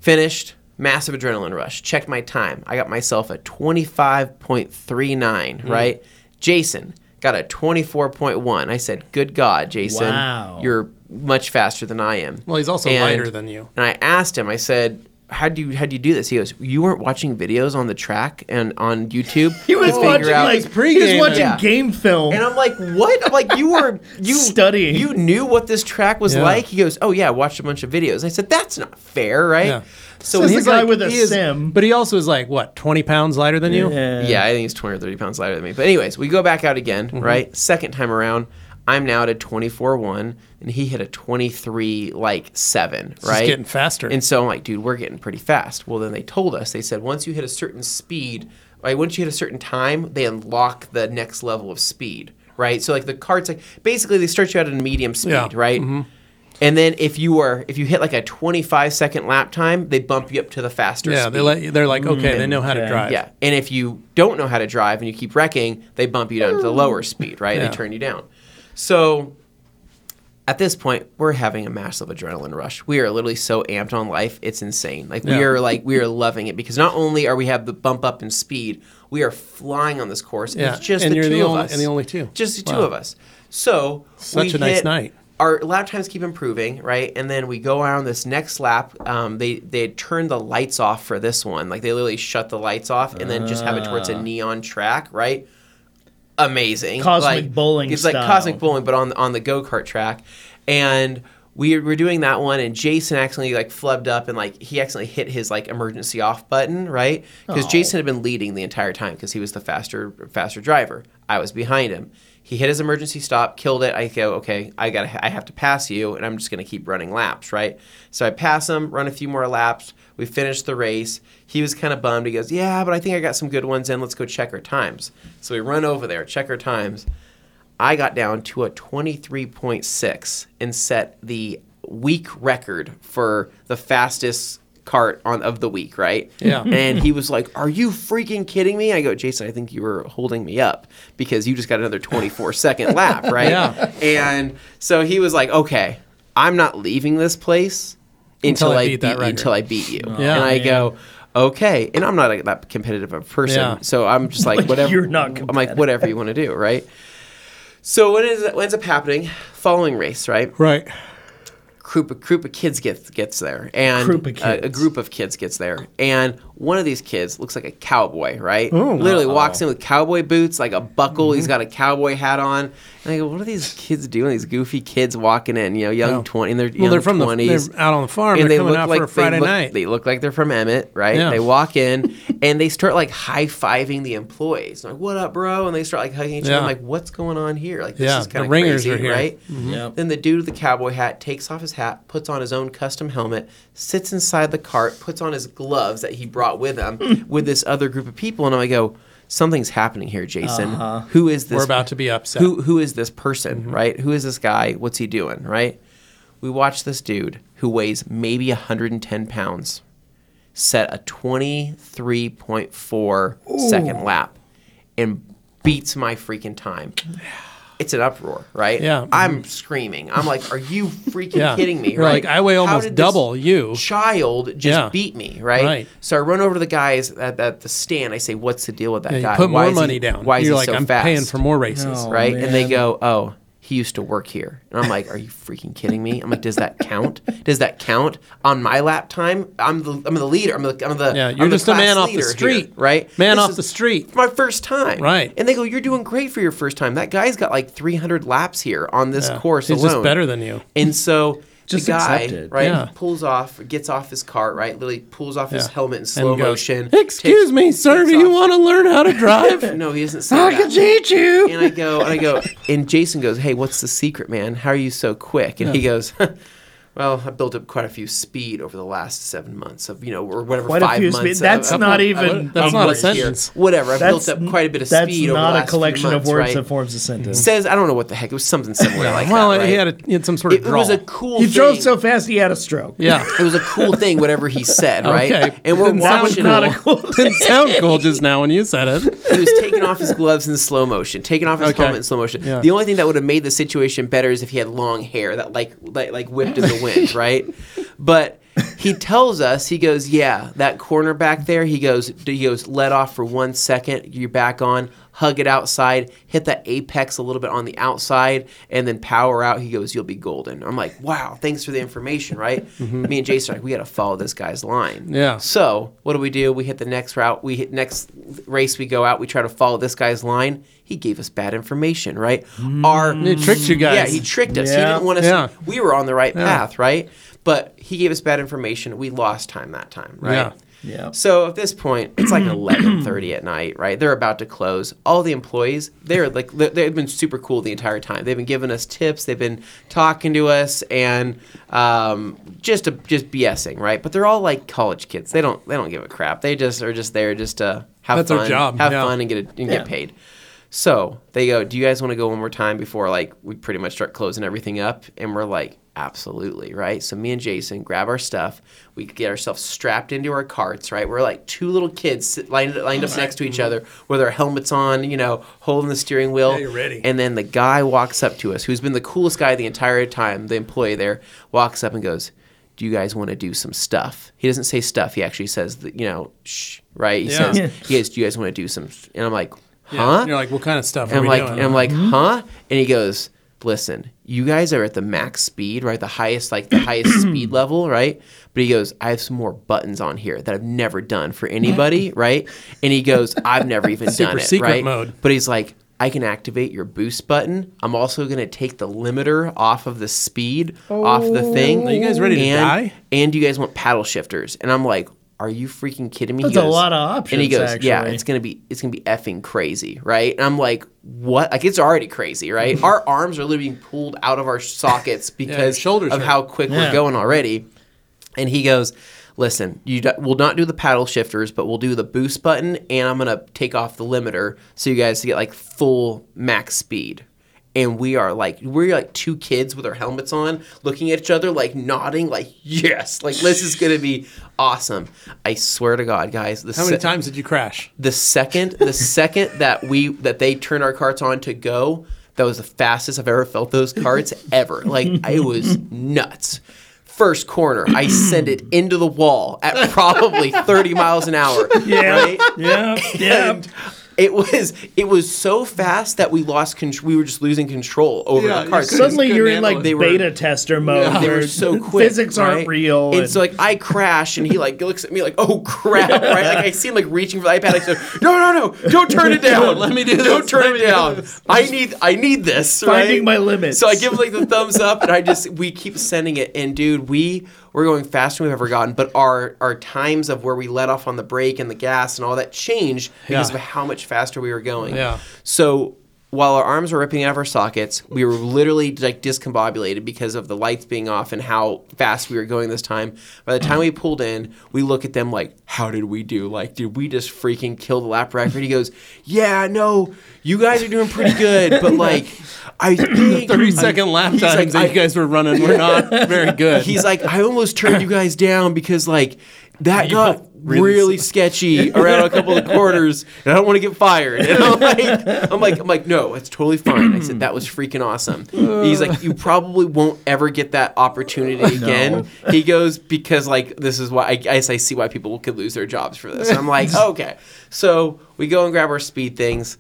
Speaker 3: finished. Massive adrenaline rush. Checked my time. I got myself a 25.39,
Speaker 2: Hmm.
Speaker 3: right? Jason got a 24.1. I said, Good God, Jason.
Speaker 1: Wow.
Speaker 3: You're you're much faster than I am.
Speaker 2: Well, he's also lighter than you.
Speaker 3: And I asked him. I said, "How do you how do you do this?" He goes, "You weren't watching videos on the track and on YouTube."
Speaker 1: He was
Speaker 3: to
Speaker 1: watching
Speaker 3: figure out-"
Speaker 1: like
Speaker 2: pre-
Speaker 1: he was watching
Speaker 3: Yeah.
Speaker 1: game film.
Speaker 3: And I'm like, "What?" I'm like, "You were you
Speaker 1: Studying.
Speaker 3: You knew what this track was
Speaker 2: Yeah.
Speaker 3: like." He goes, "Oh yeah, I watched a bunch of videos." I said, "That's not fair, right?"
Speaker 2: Yeah.
Speaker 3: So
Speaker 1: This is
Speaker 3: he's
Speaker 1: the guy
Speaker 3: like,
Speaker 1: with a
Speaker 3: he is-
Speaker 1: sim.
Speaker 2: But he also is like what, twenty pounds lighter than you?
Speaker 3: Yeah, I think he's 20 or 30 pounds lighter than me. But, anyways, we go back out again,
Speaker 2: Mm-hmm.
Speaker 3: right? Second time around, I'm now at a 24 1, and he hit a 23 like 7,
Speaker 2: is
Speaker 3: right?
Speaker 2: getting faster.
Speaker 3: And so I'm like, dude, we're getting pretty fast. Well, then they told us, they said, once you hit a certain speed, right? Once you hit a certain time, they unlock the next level of speed, right? So, like, the cart's like, basically, they start you out at a medium speed,
Speaker 2: Yeah. Mm-hmm.
Speaker 3: right? And then if you are if you hit like a 25 second lap time, they bump you up to the faster
Speaker 2: Yeah,
Speaker 3: speed.
Speaker 2: they let you, they're like, okay, they know how to
Speaker 1: okay.
Speaker 2: drive.
Speaker 3: Mm. Yeah, and if you don't know how to drive and you keep wrecking, they bump you down to the lower speed, right?
Speaker 2: Yeah.
Speaker 3: They turn you down. So at this point, we're having a massive adrenaline rush. We are literally so amped on life; it's insane. Like we
Speaker 2: Yeah.
Speaker 3: are like we are loving it because not only are we have the bump up in speed, we are flying on this course. and
Speaker 2: Yeah,
Speaker 3: it's just
Speaker 2: and
Speaker 3: the
Speaker 2: you're
Speaker 3: two
Speaker 2: the
Speaker 3: of
Speaker 2: only-
Speaker 3: us,
Speaker 2: and the only two.
Speaker 3: just the two
Speaker 2: Wow.
Speaker 3: of us. So
Speaker 2: Such
Speaker 3: we
Speaker 2: a nice
Speaker 3: hit-
Speaker 2: night.
Speaker 3: Our lap times keep improving, right? And then we go on this next lap. Um, they they had turned the lights off for this one. Like they literally shut the lights off and then just have it to where it's
Speaker 2: Ah.
Speaker 3: a neon track, right? Amazing,
Speaker 1: Cosmic bowling
Speaker 3: It's
Speaker 1: style.
Speaker 3: like cosmic bowling, but on on the go kart track. And we were doing that one, and Jason accidentally like flubbed up and like he accidentally hit his like emergency off button, right? Because
Speaker 1: Aw.
Speaker 3: Jason had been leading the entire time because he was the faster faster driver. I was behind him. He hit his emergency stop, killed it. I go, okay, I got, to I have to pass you, and I'm just gonna keep running laps, right? So I pass him, run a few more laps. We finished the race. He was kind of bummed. He goes, yeah, but I think I got some good ones in. Let's go check our times. So we run over there, check our times. I got down to a 23.6 and set the week record for the fastest cart on of the week, right?
Speaker 2: Yeah.
Speaker 3: And he was like, "Are you freaking kidding me?" I go, "Jason, I think you were holding me up because you just got another 24 second lap, right?"
Speaker 2: Yeah.
Speaker 3: And so he was like, "Okay, I'm not leaving this place until, I, beat
Speaker 2: that record." Oh,
Speaker 3: until I beat you."
Speaker 2: Yeah.
Speaker 3: and I
Speaker 1: man.
Speaker 3: go, "Okay." And I'm not like, that competitive of a person,
Speaker 2: Yeah.
Speaker 3: so I'm just like, "Whatever."
Speaker 1: you're not
Speaker 3: I'm like, "Whatever you want to do, right?" So what, is, what ends up happening? Following race, right?
Speaker 2: Right.
Speaker 3: group of, group of kids gets gets there, and
Speaker 1: Group of
Speaker 3: uh, a
Speaker 1: kids.
Speaker 3: group of kids gets there, and one of these kids looks like a cowboy, right? Literally walks in with cowboy boots, like a buckle. He's got a cowboy hat on, and I go, "What are these kids doing? These goofy kids walking in, you know, young
Speaker 2: Yeah.
Speaker 3: twenty, and they're
Speaker 2: Well,
Speaker 3: young
Speaker 2: they're from the
Speaker 3: twenties,
Speaker 2: they're out on the farm. they're coming out for a Friday
Speaker 3: they look,
Speaker 2: night.
Speaker 3: They look like they're from Emmett, right?
Speaker 2: Yeah.
Speaker 3: They walk in and they start like high fiving the employees, like "What up, bro?" And they start like hugging each other.
Speaker 2: Yeah.
Speaker 3: I'm like, "What's going on here? Like this
Speaker 2: Yeah,
Speaker 3: is
Speaker 2: the
Speaker 3: kind of
Speaker 2: ringers
Speaker 3: crazy,
Speaker 2: are here. Mm-hmm.
Speaker 3: right?"
Speaker 1: Yep.
Speaker 3: Then the dude with the cowboy hat takes off his hat, puts on his own custom helmet, sits inside the cart, puts on his gloves that he brought with him with this other group of people, and I go, "Something's happening here, Jason. Who is this?
Speaker 2: We're about to be upset. Mm-hmm.
Speaker 3: who who is this person, right? Who is this guy? What's he doing, right? We watch this dude who weighs maybe 110 pounds set a 23.4 second lap and beats my freaking time. It's an uproar, right?
Speaker 2: Yeah.
Speaker 3: I'm screaming. I'm like, are you freaking
Speaker 2: Yeah.
Speaker 3: kidding me?
Speaker 2: You're like, I weigh
Speaker 3: How
Speaker 2: almost
Speaker 3: did this
Speaker 2: double you.
Speaker 3: Child just
Speaker 2: Yeah.
Speaker 3: beat me, right?
Speaker 2: Right.
Speaker 3: So I run over to the guys at, at the stand. I say, what's the deal with that
Speaker 2: Yeah, you
Speaker 3: guy?
Speaker 2: put
Speaker 3: Why
Speaker 2: more
Speaker 3: is he-
Speaker 2: money down.
Speaker 3: Why is
Speaker 2: You're
Speaker 3: he
Speaker 2: like,
Speaker 3: so
Speaker 2: I'm
Speaker 3: fast?
Speaker 2: paying for more races.
Speaker 1: No.
Speaker 3: right? And they
Speaker 1: man.
Speaker 3: go, "Oh, he used to work here." And I'm like, "Are you freaking kidding me?" I'm like, "Does that count? Does that count on my lap time? I'm the I'm the leader. I'm the I'm the
Speaker 2: Yeah,
Speaker 3: I'm
Speaker 2: you're
Speaker 3: the
Speaker 2: just a man
Speaker 3: class
Speaker 2: off the
Speaker 3: leader here,
Speaker 2: street.
Speaker 3: right?
Speaker 2: Man off
Speaker 3: is
Speaker 2: the street.
Speaker 3: My first time,
Speaker 2: Right.
Speaker 3: And they go, "You're doing great for your first time. That guy's got like 300 laps here on this
Speaker 2: Yeah.
Speaker 3: course
Speaker 2: He's
Speaker 3: alone.
Speaker 2: just better than you.
Speaker 3: And so
Speaker 1: Just
Speaker 3: the guy,
Speaker 1: accept it.
Speaker 3: right,
Speaker 2: Yeah.
Speaker 3: pulls off, gets off his cart, right, literally pulls off his
Speaker 2: Yeah.
Speaker 3: helmet in slow
Speaker 2: And goes,
Speaker 3: motion.
Speaker 2: Excuse
Speaker 3: takes-
Speaker 2: me, sir.
Speaker 3: takes
Speaker 2: Do you
Speaker 3: off-
Speaker 2: want to learn how to drive?
Speaker 3: No, he doesn't say
Speaker 2: I
Speaker 3: that
Speaker 2: can teach you.
Speaker 3: and I go, and I go, and Jason goes, "Hey, what's the secret, man? How are you so quick?" And he goes, Well, I built up quite a few speed over the last seven months of you know or whatever
Speaker 1: Quite a
Speaker 3: five
Speaker 1: few speed-
Speaker 3: months.
Speaker 1: that's
Speaker 3: of,
Speaker 1: not
Speaker 3: of-
Speaker 1: even-
Speaker 3: of-
Speaker 2: That's
Speaker 3: of
Speaker 2: not a
Speaker 3: words here.
Speaker 2: sentence.
Speaker 3: Whatever, I
Speaker 1: That's
Speaker 3: built up
Speaker 1: n-
Speaker 3: quite a bit of
Speaker 1: that's
Speaker 3: speed over the
Speaker 1: not
Speaker 3: last
Speaker 1: a
Speaker 3: few
Speaker 1: collection of
Speaker 3: months,
Speaker 1: words
Speaker 3: right?
Speaker 1: that forms a sentence.
Speaker 3: Says I don't know what the heck it was something similar like
Speaker 2: well,
Speaker 3: that. Right?
Speaker 2: he, had a, he had some sort of
Speaker 3: it was
Speaker 2: drawl.
Speaker 3: a cool.
Speaker 1: He
Speaker 3: thing.
Speaker 1: drove so fast he had a stroke.
Speaker 2: yeah.
Speaker 3: It was a cool thing, whatever he said, right?
Speaker 2: Okay.
Speaker 3: And we're
Speaker 2: Didn't sound
Speaker 3: watching.
Speaker 1: Not a
Speaker 3: him.
Speaker 1: cool.
Speaker 2: Didn't sound cool just now when you said it.
Speaker 3: He was taking off his gloves in slow motion, taking off his
Speaker 2: Okay.
Speaker 3: helmet in slow motion.
Speaker 2: Yeah.
Speaker 3: The only thing that would have made the situation better is if he had long hair that like like, like whipped in the wind, right? But he tells us, he goes, "Yeah, that corner back there." He goes, "He goes, let off for one second. You're back on. Hug it outside. Hit that apex a little bit on the outside, and then power out." He goes, "You'll be golden." I'm like, "Wow, thanks for the information." Right? Me and Jason are like, "We got to follow this guy's line."
Speaker 2: Mm-hmm. Yeah.
Speaker 3: So what do we do? We hit the next route. We hit next race. We go out. We try to follow this guy's line. He gave us bad information, right? Our
Speaker 2: He tricked you guys.
Speaker 3: yeah, he tricked us. He
Speaker 1: Yeah.
Speaker 3: didn't want us.
Speaker 2: Yeah.
Speaker 3: We were on the right path, right? But he gave us bad information. We lost time that time, right?
Speaker 2: Yeah.
Speaker 1: Yeah.
Speaker 3: So at this point, it's like 11:30 at night, right? They're about to close. All the employees, they're like they- they've been super cool the entire time. They've been giving us tips, they've been talking to us, and um, just to, just BSing, right? But they're all like college kids. They don't they don't give a crap. They just are just there just to have
Speaker 2: That's
Speaker 3: fun,
Speaker 2: their job,
Speaker 3: have
Speaker 2: yeah.
Speaker 3: fun, and get a, and
Speaker 1: Yeah.
Speaker 3: get paid. So they go, "Do you guys want to go one more time before like we pretty much start closing everything up?" And we're like, "Absolutely, right?" So me and Jason grab our stuff. We get ourselves strapped into our carts, right? We're like two little kids sit- lined lined up next to
Speaker 2: Mm-hmm.
Speaker 3: each other with our helmets on, you know, holding the steering wheel.
Speaker 2: you're ready.
Speaker 3: And then the guy walks up to us, who's been the coolest guy the entire time. The employee there walks up and goes. Do you guys want to do some stuff? He doesn't say stuff. He actually says, that, you know, shh, right? He
Speaker 2: Yeah.
Speaker 3: says, he goes, do you guys want to do some? And I'm like,
Speaker 2: Yeah.
Speaker 3: huh?
Speaker 2: You're like, what kind of stuff
Speaker 3: And
Speaker 2: are
Speaker 3: I'm
Speaker 2: we
Speaker 3: like,
Speaker 2: doing?
Speaker 3: and I'm like,
Speaker 1: Mm-hmm.
Speaker 3: huh? And he goes, listen, you guys are at the max speed, right? The highest, like the highest speed level, right? But he goes, I have some more buttons on here that I've never done for anybody, right? And he goes, I've never even
Speaker 2: Super
Speaker 3: done it,
Speaker 2: secret
Speaker 3: right?
Speaker 2: mode.
Speaker 3: But he's like, I can activate your boost button. I'm also going to take the limiter off of the speed, off the
Speaker 1: Oh.
Speaker 3: thing.
Speaker 2: Are you guys ready to
Speaker 3: and,
Speaker 2: die?
Speaker 3: And you guys want paddle shifters? And I'm like, are you freaking kidding me? He
Speaker 1: That's a
Speaker 3: goes-
Speaker 1: lot of
Speaker 3: And he
Speaker 1: options,
Speaker 3: goes, yeah,
Speaker 1: actually."
Speaker 3: it's gonna be it's gonna be effing crazy, right? And I'm like, what? Like it's already crazy, right? our arms are literally being pulled out of our sockets because
Speaker 2: shoulders
Speaker 3: of
Speaker 2: hurt.
Speaker 3: how quick
Speaker 1: Yeah.
Speaker 3: we're going already. And he goes, listen, you do, we'll not do the paddle shifters, but we'll do the boost button, and I'm gonna take off the limiter so you guys get like full max speed. And we are like we're like two kids with our helmets on, looking at each other, like nodding, like yes, like this is gonna be awesome. I swear to God, guys. This
Speaker 2: How many times did you crash?
Speaker 3: the second the second that we that they turned our carts on to go that was the fastest i've ever felt those carts ever like it was nuts first corner i send it into the wall at probably 30 miles an hour
Speaker 1: Yeah.
Speaker 3: right?
Speaker 1: Yeah. Yeah.
Speaker 3: And it was it was so fast that we lost control we were just losing control over
Speaker 2: Yeah,
Speaker 3: the
Speaker 2: you
Speaker 3: carts
Speaker 2: couldn't-
Speaker 1: Suddenly
Speaker 2: Couldn't
Speaker 1: you're in
Speaker 2: handle
Speaker 1: like
Speaker 2: it.
Speaker 3: They were-
Speaker 1: beta tester mode.
Speaker 3: they
Speaker 1: where
Speaker 3: were so quick.
Speaker 1: Physics
Speaker 3: right?
Speaker 1: aren't real.
Speaker 3: And so like I crash and he like looks at me like, oh crap, right? Like I see him like reaching for the iPad. Like, so, no, no, no, don't turn it down.
Speaker 2: Let me do
Speaker 3: Don't
Speaker 2: this.
Speaker 3: turn
Speaker 2: Let me
Speaker 3: it
Speaker 2: do
Speaker 3: down. I need I need this. right?
Speaker 1: Finding my limits.
Speaker 3: So I give him like the thumbs up and I just we keep sending it. And dude, we we're going faster than we've ever gotten, but our our times of where we let off on the brake and the gas and all that changed because
Speaker 2: Yeah.
Speaker 3: of how much faster we were going.
Speaker 2: Yeah.
Speaker 3: So while our arms were ripping out of our sockets, we were literally like discombobulated because of the lights being off and how fast we were going this time. By the time we pulled in, we look at them like, "How did we do? Like, did we just freaking kill the lap record?" He goes, "Yeah, no, you guys are doing pretty good, but like, I think
Speaker 2: 30 second lap
Speaker 3: He's
Speaker 2: times
Speaker 3: like,
Speaker 2: that
Speaker 3: I-
Speaker 2: you guys were running were not very good.
Speaker 3: He's like, I almost turned you guys down because like that got
Speaker 2: really
Speaker 3: really, sketchy around a couple of quarters, and I don't want to get fired. And I'm like, I'm like, I'm like, no, it's totally fine. I said that was freaking awesome. He's like, you probably won't ever get that opportunity again. He goes because like this is why I guess I see why people could lose their jobs for this. And I'm like, okay, so we go and grab our speed things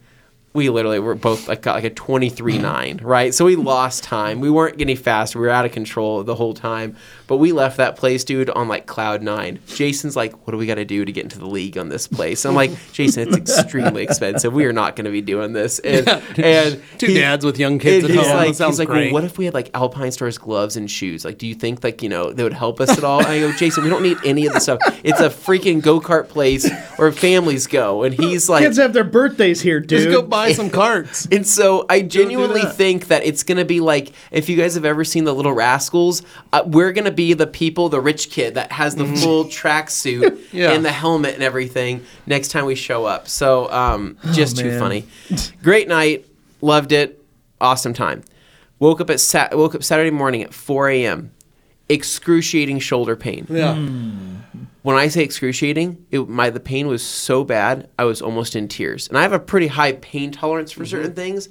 Speaker 3: we literally were both like got like a 23-9 right so we lost time we weren't getting fast we were out of control the whole time but we left that place dude on like cloud nine jason's like what do we got to do to get into the league on this place i'm like jason it's extremely expensive we are not going to be doing this and, and
Speaker 2: Two
Speaker 3: he-
Speaker 2: dads with young kids
Speaker 3: and
Speaker 2: at home.
Speaker 3: He's like,
Speaker 2: that sounds
Speaker 3: he's like
Speaker 2: great.
Speaker 3: well, what if we had like Alpine Stars gloves and shoes? Like, do you think like you know they would help us at all? I go, Jason, we don't need any of this stuff. It's a freaking go kart place where families go, and he's like,
Speaker 1: Kids have their birthdays here, dude.
Speaker 2: Just go buy buy some carts.
Speaker 3: And so I genuinely
Speaker 2: that.
Speaker 3: think that it's going to be like if you guys have ever seen The Little Rascals, uh, we're going to be the people, the rich kid that has the full tracksuit
Speaker 2: Mm-hmm. Yeah.
Speaker 3: and the helmet and everything next time we show up. So um,
Speaker 2: Oh,
Speaker 3: just too
Speaker 1: man.
Speaker 3: funny. Great night. Loved it. Awesome time. Woke up at sat- woke up Saturday morning at 4 a.m. Excruciating shoulder pain.
Speaker 2: Yeah.
Speaker 3: When I say excruciating, it, my the pain was so bad I was almost in tears. And I have a pretty high pain tolerance
Speaker 2: Mm-hmm.
Speaker 3: for certain things.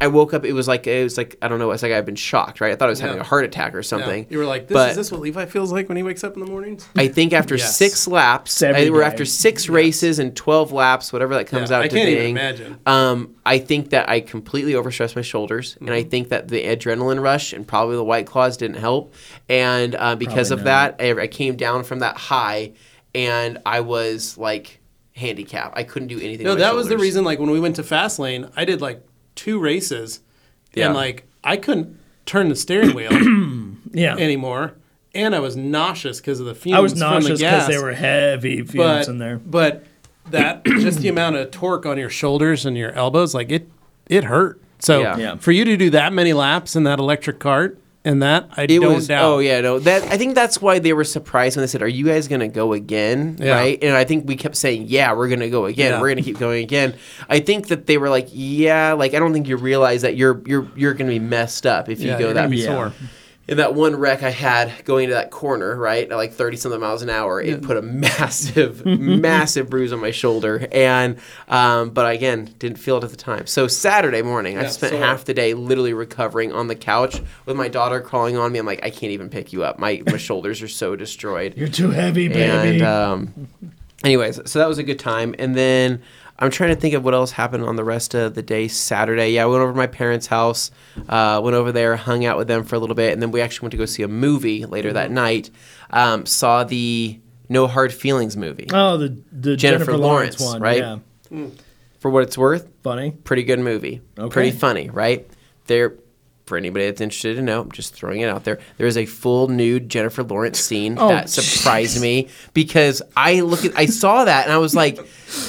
Speaker 3: I woke up. It was like it was like I don't know. It's like I've been shocked, right? I thought I was having
Speaker 2: Yeah.
Speaker 3: a heart attack or something.
Speaker 2: Yeah. You were like, this,
Speaker 3: But-
Speaker 2: is this what Levi feels like when he wakes up in the mornings?
Speaker 3: I think after
Speaker 2: Yes.
Speaker 3: six laps,
Speaker 1: every
Speaker 3: I, we're
Speaker 1: day.
Speaker 3: after six races and twelve laps, whatever that comes
Speaker 2: Yeah,
Speaker 3: out
Speaker 2: I
Speaker 3: to
Speaker 2: can't even
Speaker 3: being.
Speaker 2: imagine.
Speaker 3: Um, I think that I completely overstressed my shoulders, and
Speaker 2: Mm-hmm.
Speaker 3: I think that the adrenaline rush and probably the white claws didn't help. And uh, because
Speaker 1: Probably
Speaker 3: of that, I, I came down from that high, and I was like handicapped. I couldn't do anything.
Speaker 2: No,
Speaker 3: with my
Speaker 2: that was the
Speaker 3: shoulders.
Speaker 2: reason. Like when we went to Fastlane, I did like two races,
Speaker 3: Yeah.
Speaker 2: and like I couldn't turn the steering wheel
Speaker 1: Yeah.
Speaker 2: anymore, and I was nauseous because of the fumes.
Speaker 1: I was
Speaker 2: from
Speaker 1: nauseous
Speaker 2: the gas,
Speaker 1: because they were heavy fumes
Speaker 2: but,
Speaker 1: in there.
Speaker 2: But that just the amount of torque on your shoulders and your elbows, like it, it hurt. So
Speaker 3: Yeah.
Speaker 1: Yeah.
Speaker 2: for you to do that many laps in that electric cart and that, I
Speaker 3: It
Speaker 2: don't
Speaker 3: was.
Speaker 2: doubt.
Speaker 3: Oh yeah, no. That I think that's why they were surprised when they said, "Are you guys gonna go again?"
Speaker 2: Yeah.
Speaker 3: Right? And I think we kept saying, "Yeah, we're gonna go again.
Speaker 2: Yeah.
Speaker 3: We're gonna keep going again." I think that they were like, "Yeah," like I don't think you realize that you're you're you're gonna be messed up if you
Speaker 2: Yeah,
Speaker 3: go
Speaker 2: you're
Speaker 3: that.
Speaker 2: gonna be
Speaker 1: Yeah.
Speaker 2: sore.
Speaker 3: In that one wreck I had going into that corner, right, at like thirty something miles an hour, it put a massive, massive bruise on my shoulder, and um, but again, didn't feel it at the time. So Saturday morning, I
Speaker 2: Yeah,
Speaker 3: spent
Speaker 2: so-
Speaker 3: half the day literally recovering on the couch with my daughter crawling on me. I'm like, I can't even pick you up. My my shoulders are so destroyed.
Speaker 1: You're too heavy, baby.
Speaker 3: And um, anyways, so that was a good time. And then I'm trying to think of what else happened on the rest of the day Saturday. Yeah, I went over to my parents' house, uh, went over there, hung out with them for a little bit, and then we actually went to go see a movie later that night. Um, saw the No Hard Feelings movie.
Speaker 1: oh, the, the Jennifer, Lawrence,
Speaker 3: Lawrence,
Speaker 1: one.
Speaker 3: right?
Speaker 1: Yeah.
Speaker 3: For what it's worth,
Speaker 1: Funny.
Speaker 3: pretty good movie.
Speaker 1: Okay.
Speaker 3: Pretty funny, right? There, for anybody that's interested to know, I'm just throwing it out there. There is a full nude Jennifer Lawrence scene
Speaker 1: Oh,
Speaker 3: that surprised me because I look at, I saw that and I was like,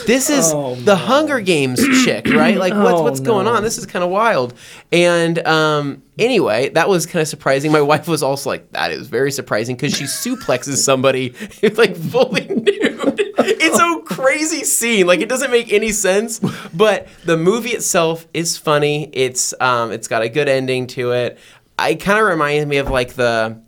Speaker 3: this is
Speaker 1: Oh,
Speaker 3: the Hunger Games chick, right? Like, what's
Speaker 1: Oh,
Speaker 3: what's going
Speaker 1: no.
Speaker 3: on? This is kind of wild. And um, anyway, that was kind of surprising. My wife was also like, that is very surprising because she suplexes somebody like fully nude. It's a crazy scene. Like, it doesn't make any sense. But the movie itself is funny. It's um, it's got a good ending to it. It kind of reminds me of like the.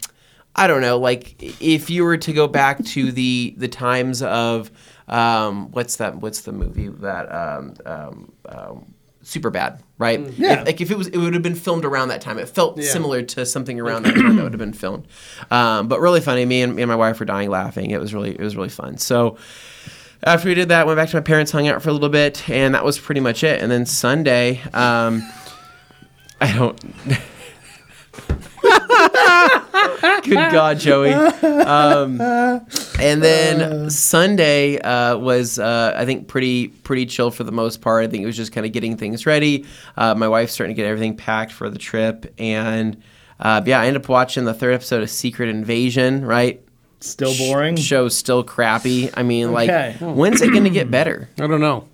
Speaker 3: I don't know, like if you were to go back to the the times of um, what's that? What's the movie that um, um, um, Super Bad, right?
Speaker 1: Yeah.
Speaker 3: If- like if it was, it would have been filmed around that time. It felt
Speaker 2: Yeah.
Speaker 3: similar to something around that time that would have been filmed. Um, but really funny. Me and, me and my wife were dying laughing. It was really it was really fun. So after we did that, went back to my parents, hung out for a little bit, and that was pretty much it. And then Sunday, um, I don't. Good God, Joey. Um, and then Sunday uh, was, uh, I think, pretty pretty chill for the most part. I think it was just kind of getting things ready. Uh, my wife's starting to get everything packed for the trip, and uh, yeah, I ended up watching the third episode of Secret Invasion. Right,
Speaker 1: Still boring.
Speaker 3: Sh- show's still crappy. I mean,
Speaker 1: Okay.
Speaker 3: like, when's it gonna get better?
Speaker 2: I don't know.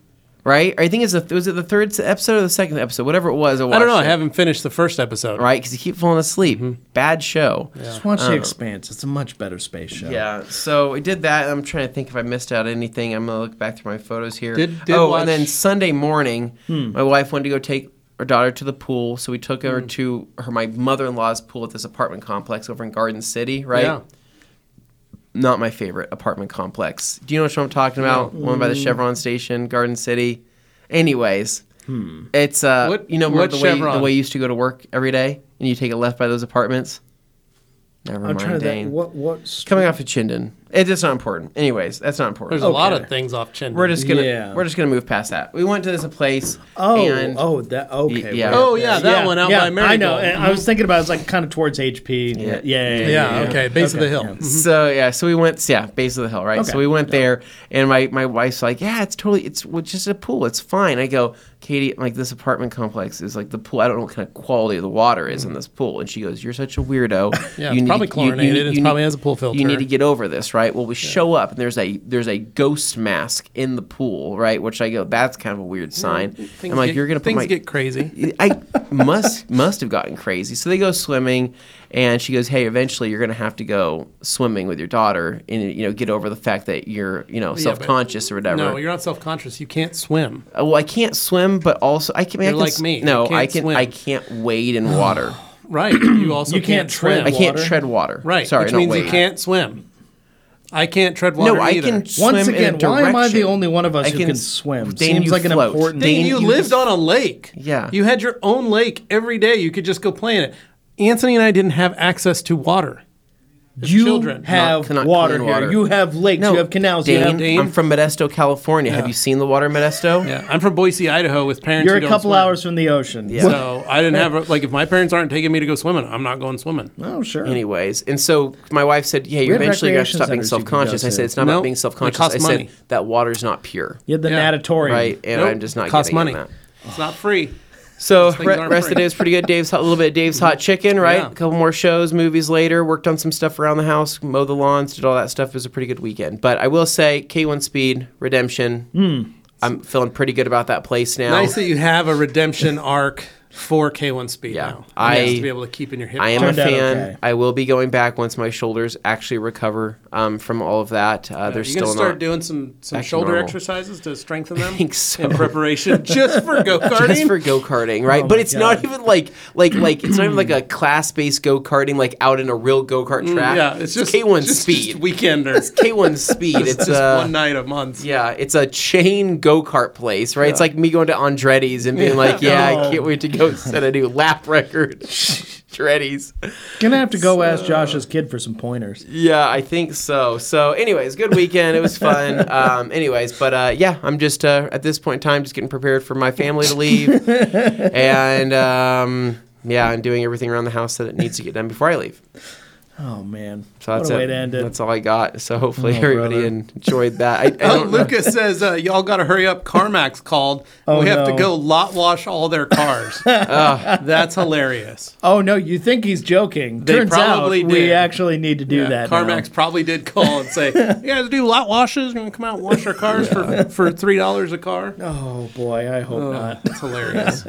Speaker 3: Right? I think it's the was it the third episode or the second episode, whatever it was. I,
Speaker 2: I don't know.
Speaker 3: watched
Speaker 2: I
Speaker 3: it,
Speaker 2: haven't finished the first episode.
Speaker 3: right because you keep falling asleep. Bad show.
Speaker 1: Just watch The Expanse. It's a much better space show.
Speaker 3: uh, Yeah, so I did that. I'm trying to think if I missed out anything. I'm gonna look back through my photos here.
Speaker 2: Did- did
Speaker 3: oh,
Speaker 2: watch- Hmm.
Speaker 3: and then Sunday morning, my wife wanted to go take her daughter to the pool, so we took her to her my mother-in-law's pool at this apartment complex over in Garden City, right?
Speaker 2: Yeah.
Speaker 3: Not my favorite apartment complex. Do you know what I'm talking about? One
Speaker 2: Mm.
Speaker 3: by the Chevron station, Garden City. Anyways, it's uh,
Speaker 2: Hmm. What-
Speaker 3: you know remember
Speaker 2: what
Speaker 3: the way, the
Speaker 2: Chevron?
Speaker 3: way you used to go to work every day, and you take a left by those apartments. Never
Speaker 1: I'm
Speaker 3: mind,
Speaker 1: trying to
Speaker 3: Dane.
Speaker 1: think. What, what street-
Speaker 3: Coming off of Chinden. It is not important. Anyways, that's not important.
Speaker 2: There's a lot
Speaker 1: Okay.
Speaker 2: of things off Chin.
Speaker 3: We're just gonna
Speaker 1: Yeah.
Speaker 3: we're just gonna move past that. We went to this place.
Speaker 1: Oh,
Speaker 3: and
Speaker 1: oh, that okay.
Speaker 3: yeah.
Speaker 1: right
Speaker 3: Oh,
Speaker 1: there.
Speaker 2: yeah, that one out by
Speaker 1: I know.
Speaker 2: Marigold.
Speaker 1: and I was thinking about. it, It's like kind of towards HP.
Speaker 3: Yeah.
Speaker 1: Yeah, yeah, yeah.
Speaker 2: yeah, okay, base of the hill.
Speaker 1: Hmm.
Speaker 3: So yeah, so we went yeah, base of the hill, right? So
Speaker 1: Okay.
Speaker 3: we went there and my, my wife's like, Yeah, it's totally it's well, it's just a pool, it's fine. I go, Katie, like this apartment complex is like the pool. I don't know what kind of quality the water is
Speaker 2: Mm-hmm.
Speaker 3: in this pool. And she goes, You're such a weirdo.
Speaker 2: Yeah, it's probably chlorinated. It's probably has a pool
Speaker 3: You
Speaker 2: filter.
Speaker 3: need to get over this, right? right? Well, we show up and there's a there's a ghost mask in the pool, right? Which I go, that's kind of a weird sign. I'm like,
Speaker 2: get,
Speaker 3: you're gonna put
Speaker 2: things
Speaker 3: my
Speaker 2: get crazy.
Speaker 3: I must must have gotten crazy. So they go swimming, and she goes, "Hey, eventually you're gonna have to go swimming with your daughter, and you know, get over the fact that you're you know self conscious or whatever."
Speaker 2: No, you're not self-conscious. You can't swim.
Speaker 3: Uh, well, I can't swim, but also I can. I
Speaker 2: You're
Speaker 3: can
Speaker 2: like
Speaker 3: s-
Speaker 2: me. You
Speaker 3: No,
Speaker 2: can't
Speaker 3: I can.
Speaker 2: swim.
Speaker 3: I can't wade in water.
Speaker 2: Right. You also
Speaker 1: You can't
Speaker 2: swim.
Speaker 1: tread
Speaker 3: I can't
Speaker 1: Water?
Speaker 3: tread water.
Speaker 2: Right.
Speaker 3: Sorry,
Speaker 2: which
Speaker 3: not
Speaker 2: means
Speaker 3: wade.
Speaker 2: you can't swim. I can't tread water
Speaker 3: No, I
Speaker 2: either.
Speaker 3: can swim
Speaker 1: Once again,
Speaker 3: in a
Speaker 1: why am I the
Speaker 3: direction.
Speaker 1: only one of us
Speaker 3: I
Speaker 1: who
Speaker 3: can
Speaker 1: can
Speaker 3: s-
Speaker 1: swim?
Speaker 3: Dane,
Speaker 1: Seems
Speaker 3: you
Speaker 1: like an
Speaker 3: float.
Speaker 1: important.
Speaker 2: Dane,
Speaker 3: Dane,
Speaker 2: you
Speaker 3: you
Speaker 2: lived on a lake.
Speaker 3: Yeah.
Speaker 2: You had your own lake every day. You could just go play in it. Anthony and I didn't have access to water. as
Speaker 1: you
Speaker 2: children.
Speaker 1: have
Speaker 3: Not- not
Speaker 1: water
Speaker 3: clean
Speaker 1: here.
Speaker 3: water.
Speaker 1: You have lakes. you have canals.
Speaker 3: Dane,
Speaker 1: you have,
Speaker 2: Dane.
Speaker 3: I'm from Modesto, California. Have you seen the water in Modesto?
Speaker 2: Yeah. I'm from Boise, Idaho with parents
Speaker 1: you're
Speaker 2: who
Speaker 1: a
Speaker 2: don't
Speaker 1: couple
Speaker 2: swim.
Speaker 1: hours from the ocean. Yeah.
Speaker 2: So I didn't have, like, if my parents aren't taking me to go swimming, I'm not going swimming.
Speaker 1: Oh,
Speaker 3: Mm.
Speaker 1: sure.
Speaker 3: Anyways, and so my wife said, "Yeah, you're
Speaker 1: had
Speaker 3: eventually going to
Speaker 1: recreation
Speaker 3: stop being
Speaker 1: centers you could go
Speaker 3: self-conscious." I
Speaker 1: to.
Speaker 3: said, "It's not
Speaker 2: No,
Speaker 3: about being
Speaker 2: they
Speaker 3: self-conscious."
Speaker 2: cost
Speaker 3: I said
Speaker 2: money.
Speaker 3: that water's not pure,
Speaker 1: You had the
Speaker 2: Yeah.
Speaker 1: natatorium.
Speaker 3: right? And
Speaker 2: Nope.
Speaker 3: I'm just not
Speaker 2: Costs
Speaker 3: getting on
Speaker 2: money.
Speaker 3: that.
Speaker 2: It's not free.
Speaker 3: So
Speaker 2: things
Speaker 3: re-
Speaker 2: aren't
Speaker 3: rest of the
Speaker 2: free.
Speaker 3: day was pretty good. Dave's hot, a little bit of Dave's hot chicken, right?
Speaker 2: Yeah.
Speaker 3: A couple more shows, movies later. Worked on some stuff around the house, mowed the lawns, did all that stuff. It was a pretty good weekend. But I will say, K1 Speed Redemption. I'm feeling pretty good about that place now.
Speaker 2: Hmm. Nice that you have a redemption arc for K1 Speed
Speaker 3: Yeah.
Speaker 2: now.
Speaker 3: I-
Speaker 2: Nice to be able to keep in your hip.
Speaker 3: I am
Speaker 1: Turned
Speaker 3: a
Speaker 1: out
Speaker 3: fan.
Speaker 1: okay.
Speaker 3: I will be going back once my shoulders actually recover um, from all of that. Uh, they're
Speaker 2: You're
Speaker 3: still
Speaker 2: gonna start
Speaker 3: not.
Speaker 2: doing some, some
Speaker 3: back to
Speaker 2: shoulder
Speaker 3: normal.
Speaker 2: exercises to strengthen them.
Speaker 3: think so.
Speaker 2: In preparation, just for go karting.
Speaker 3: just for go karting, right?
Speaker 1: Oh
Speaker 3: but
Speaker 1: my
Speaker 3: it's not
Speaker 1: God.
Speaker 3: even like like like it's not even like a class based go karting like out in a real go kart track.
Speaker 2: Mm, yeah, it's just
Speaker 3: K1
Speaker 2: just-
Speaker 3: speed.
Speaker 2: just weekender. It's
Speaker 3: K1 speed. it's
Speaker 2: just
Speaker 3: uh,
Speaker 2: one night a month.
Speaker 3: Yeah, it's a chain go kart place, right? It's like me going to Andretti's and being like, "Yeah, I
Speaker 2: Oh.
Speaker 1: No.
Speaker 3: can't wait to go set a new lap record." Andretti's.
Speaker 1: Gonna have to go ask Josh's kid for some pointers.
Speaker 3: Yeah, I think so. So, anyways, good weekend. It was fun. Um, anyways, but uh, yeah, I'm just uh, at this point in time just getting prepared for my family to leave, and um, yeah, and doing everything around the house that it needs to get done before I leave.
Speaker 1: Oh man,
Speaker 3: So that's
Speaker 1: what a way
Speaker 3: it.
Speaker 1: to end it.
Speaker 3: That's all I got. So hopefully
Speaker 1: Oh,
Speaker 3: everybody
Speaker 1: brother.
Speaker 3: enjoyed that. I, I
Speaker 2: Oh,
Speaker 3: don't know.
Speaker 2: Lucas says uh, y'all got to hurry up. CarMax called.
Speaker 1: Oh,
Speaker 2: we have to
Speaker 1: no.
Speaker 2: go lot wash all their cars. That's hilarious.
Speaker 1: oh no, you think he's joking?
Speaker 2: They
Speaker 1: Turns
Speaker 2: probably
Speaker 1: out we
Speaker 2: did.
Speaker 1: actually need to do
Speaker 2: Yeah,
Speaker 1: that. now.
Speaker 2: CarMax probably did call and say, "You guys do lot washes? Going to come out and wash our cars for for three dollars a car."
Speaker 1: Oh boy, I hope not.
Speaker 2: That's hilarious.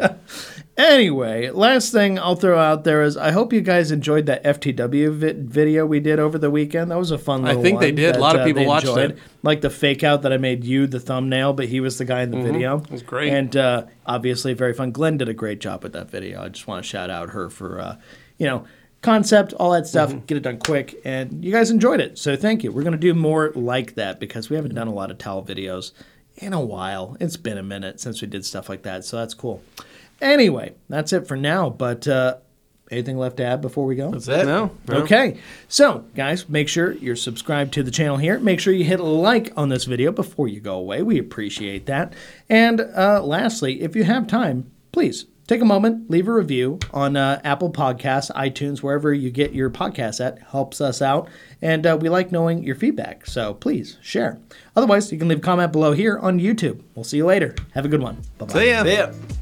Speaker 1: Anyway, last thing I'll throw out there is I hope you guys enjoyed that FTW vi- video we did over the weekend. That was a fun little
Speaker 2: think they
Speaker 1: one
Speaker 2: did. A
Speaker 1: that,
Speaker 2: lot of
Speaker 1: uh,
Speaker 2: people
Speaker 1: they
Speaker 2: watched it.
Speaker 1: Like the fake out that I made you the thumbnail, but he was the guy in the video. It
Speaker 2: Mm-hmm. was great.
Speaker 1: And uh, obviously very fun. Glenn did a great job with that video. I just want to shout out her for, uh, you know, concept, all that stuff, get it done quick. And you guys enjoyed it. So thank you. We're going to do more like that because we haven't done a lot of towel videos in a while. It's been a minute since we did stuff like that. So that's cool. Anyway, that's it for now. But uh, anything left to add before we go?
Speaker 2: No.
Speaker 1: Okay. So, guys, make sure you're subscribed to the channel here. Make sure you hit like on this video before you go away. We appreciate that. And uh, lastly, if you have time, please take a moment, leave a review on uh, Apple Podcasts, iTunes, wherever you get your podcasts at. Helps us out. And uh, we like knowing your feedback. So, please share. Otherwise, you can leave a comment below here on YouTube. We'll see you later. Have a good one. Bye bye.
Speaker 2: See ya.
Speaker 3: Yeah.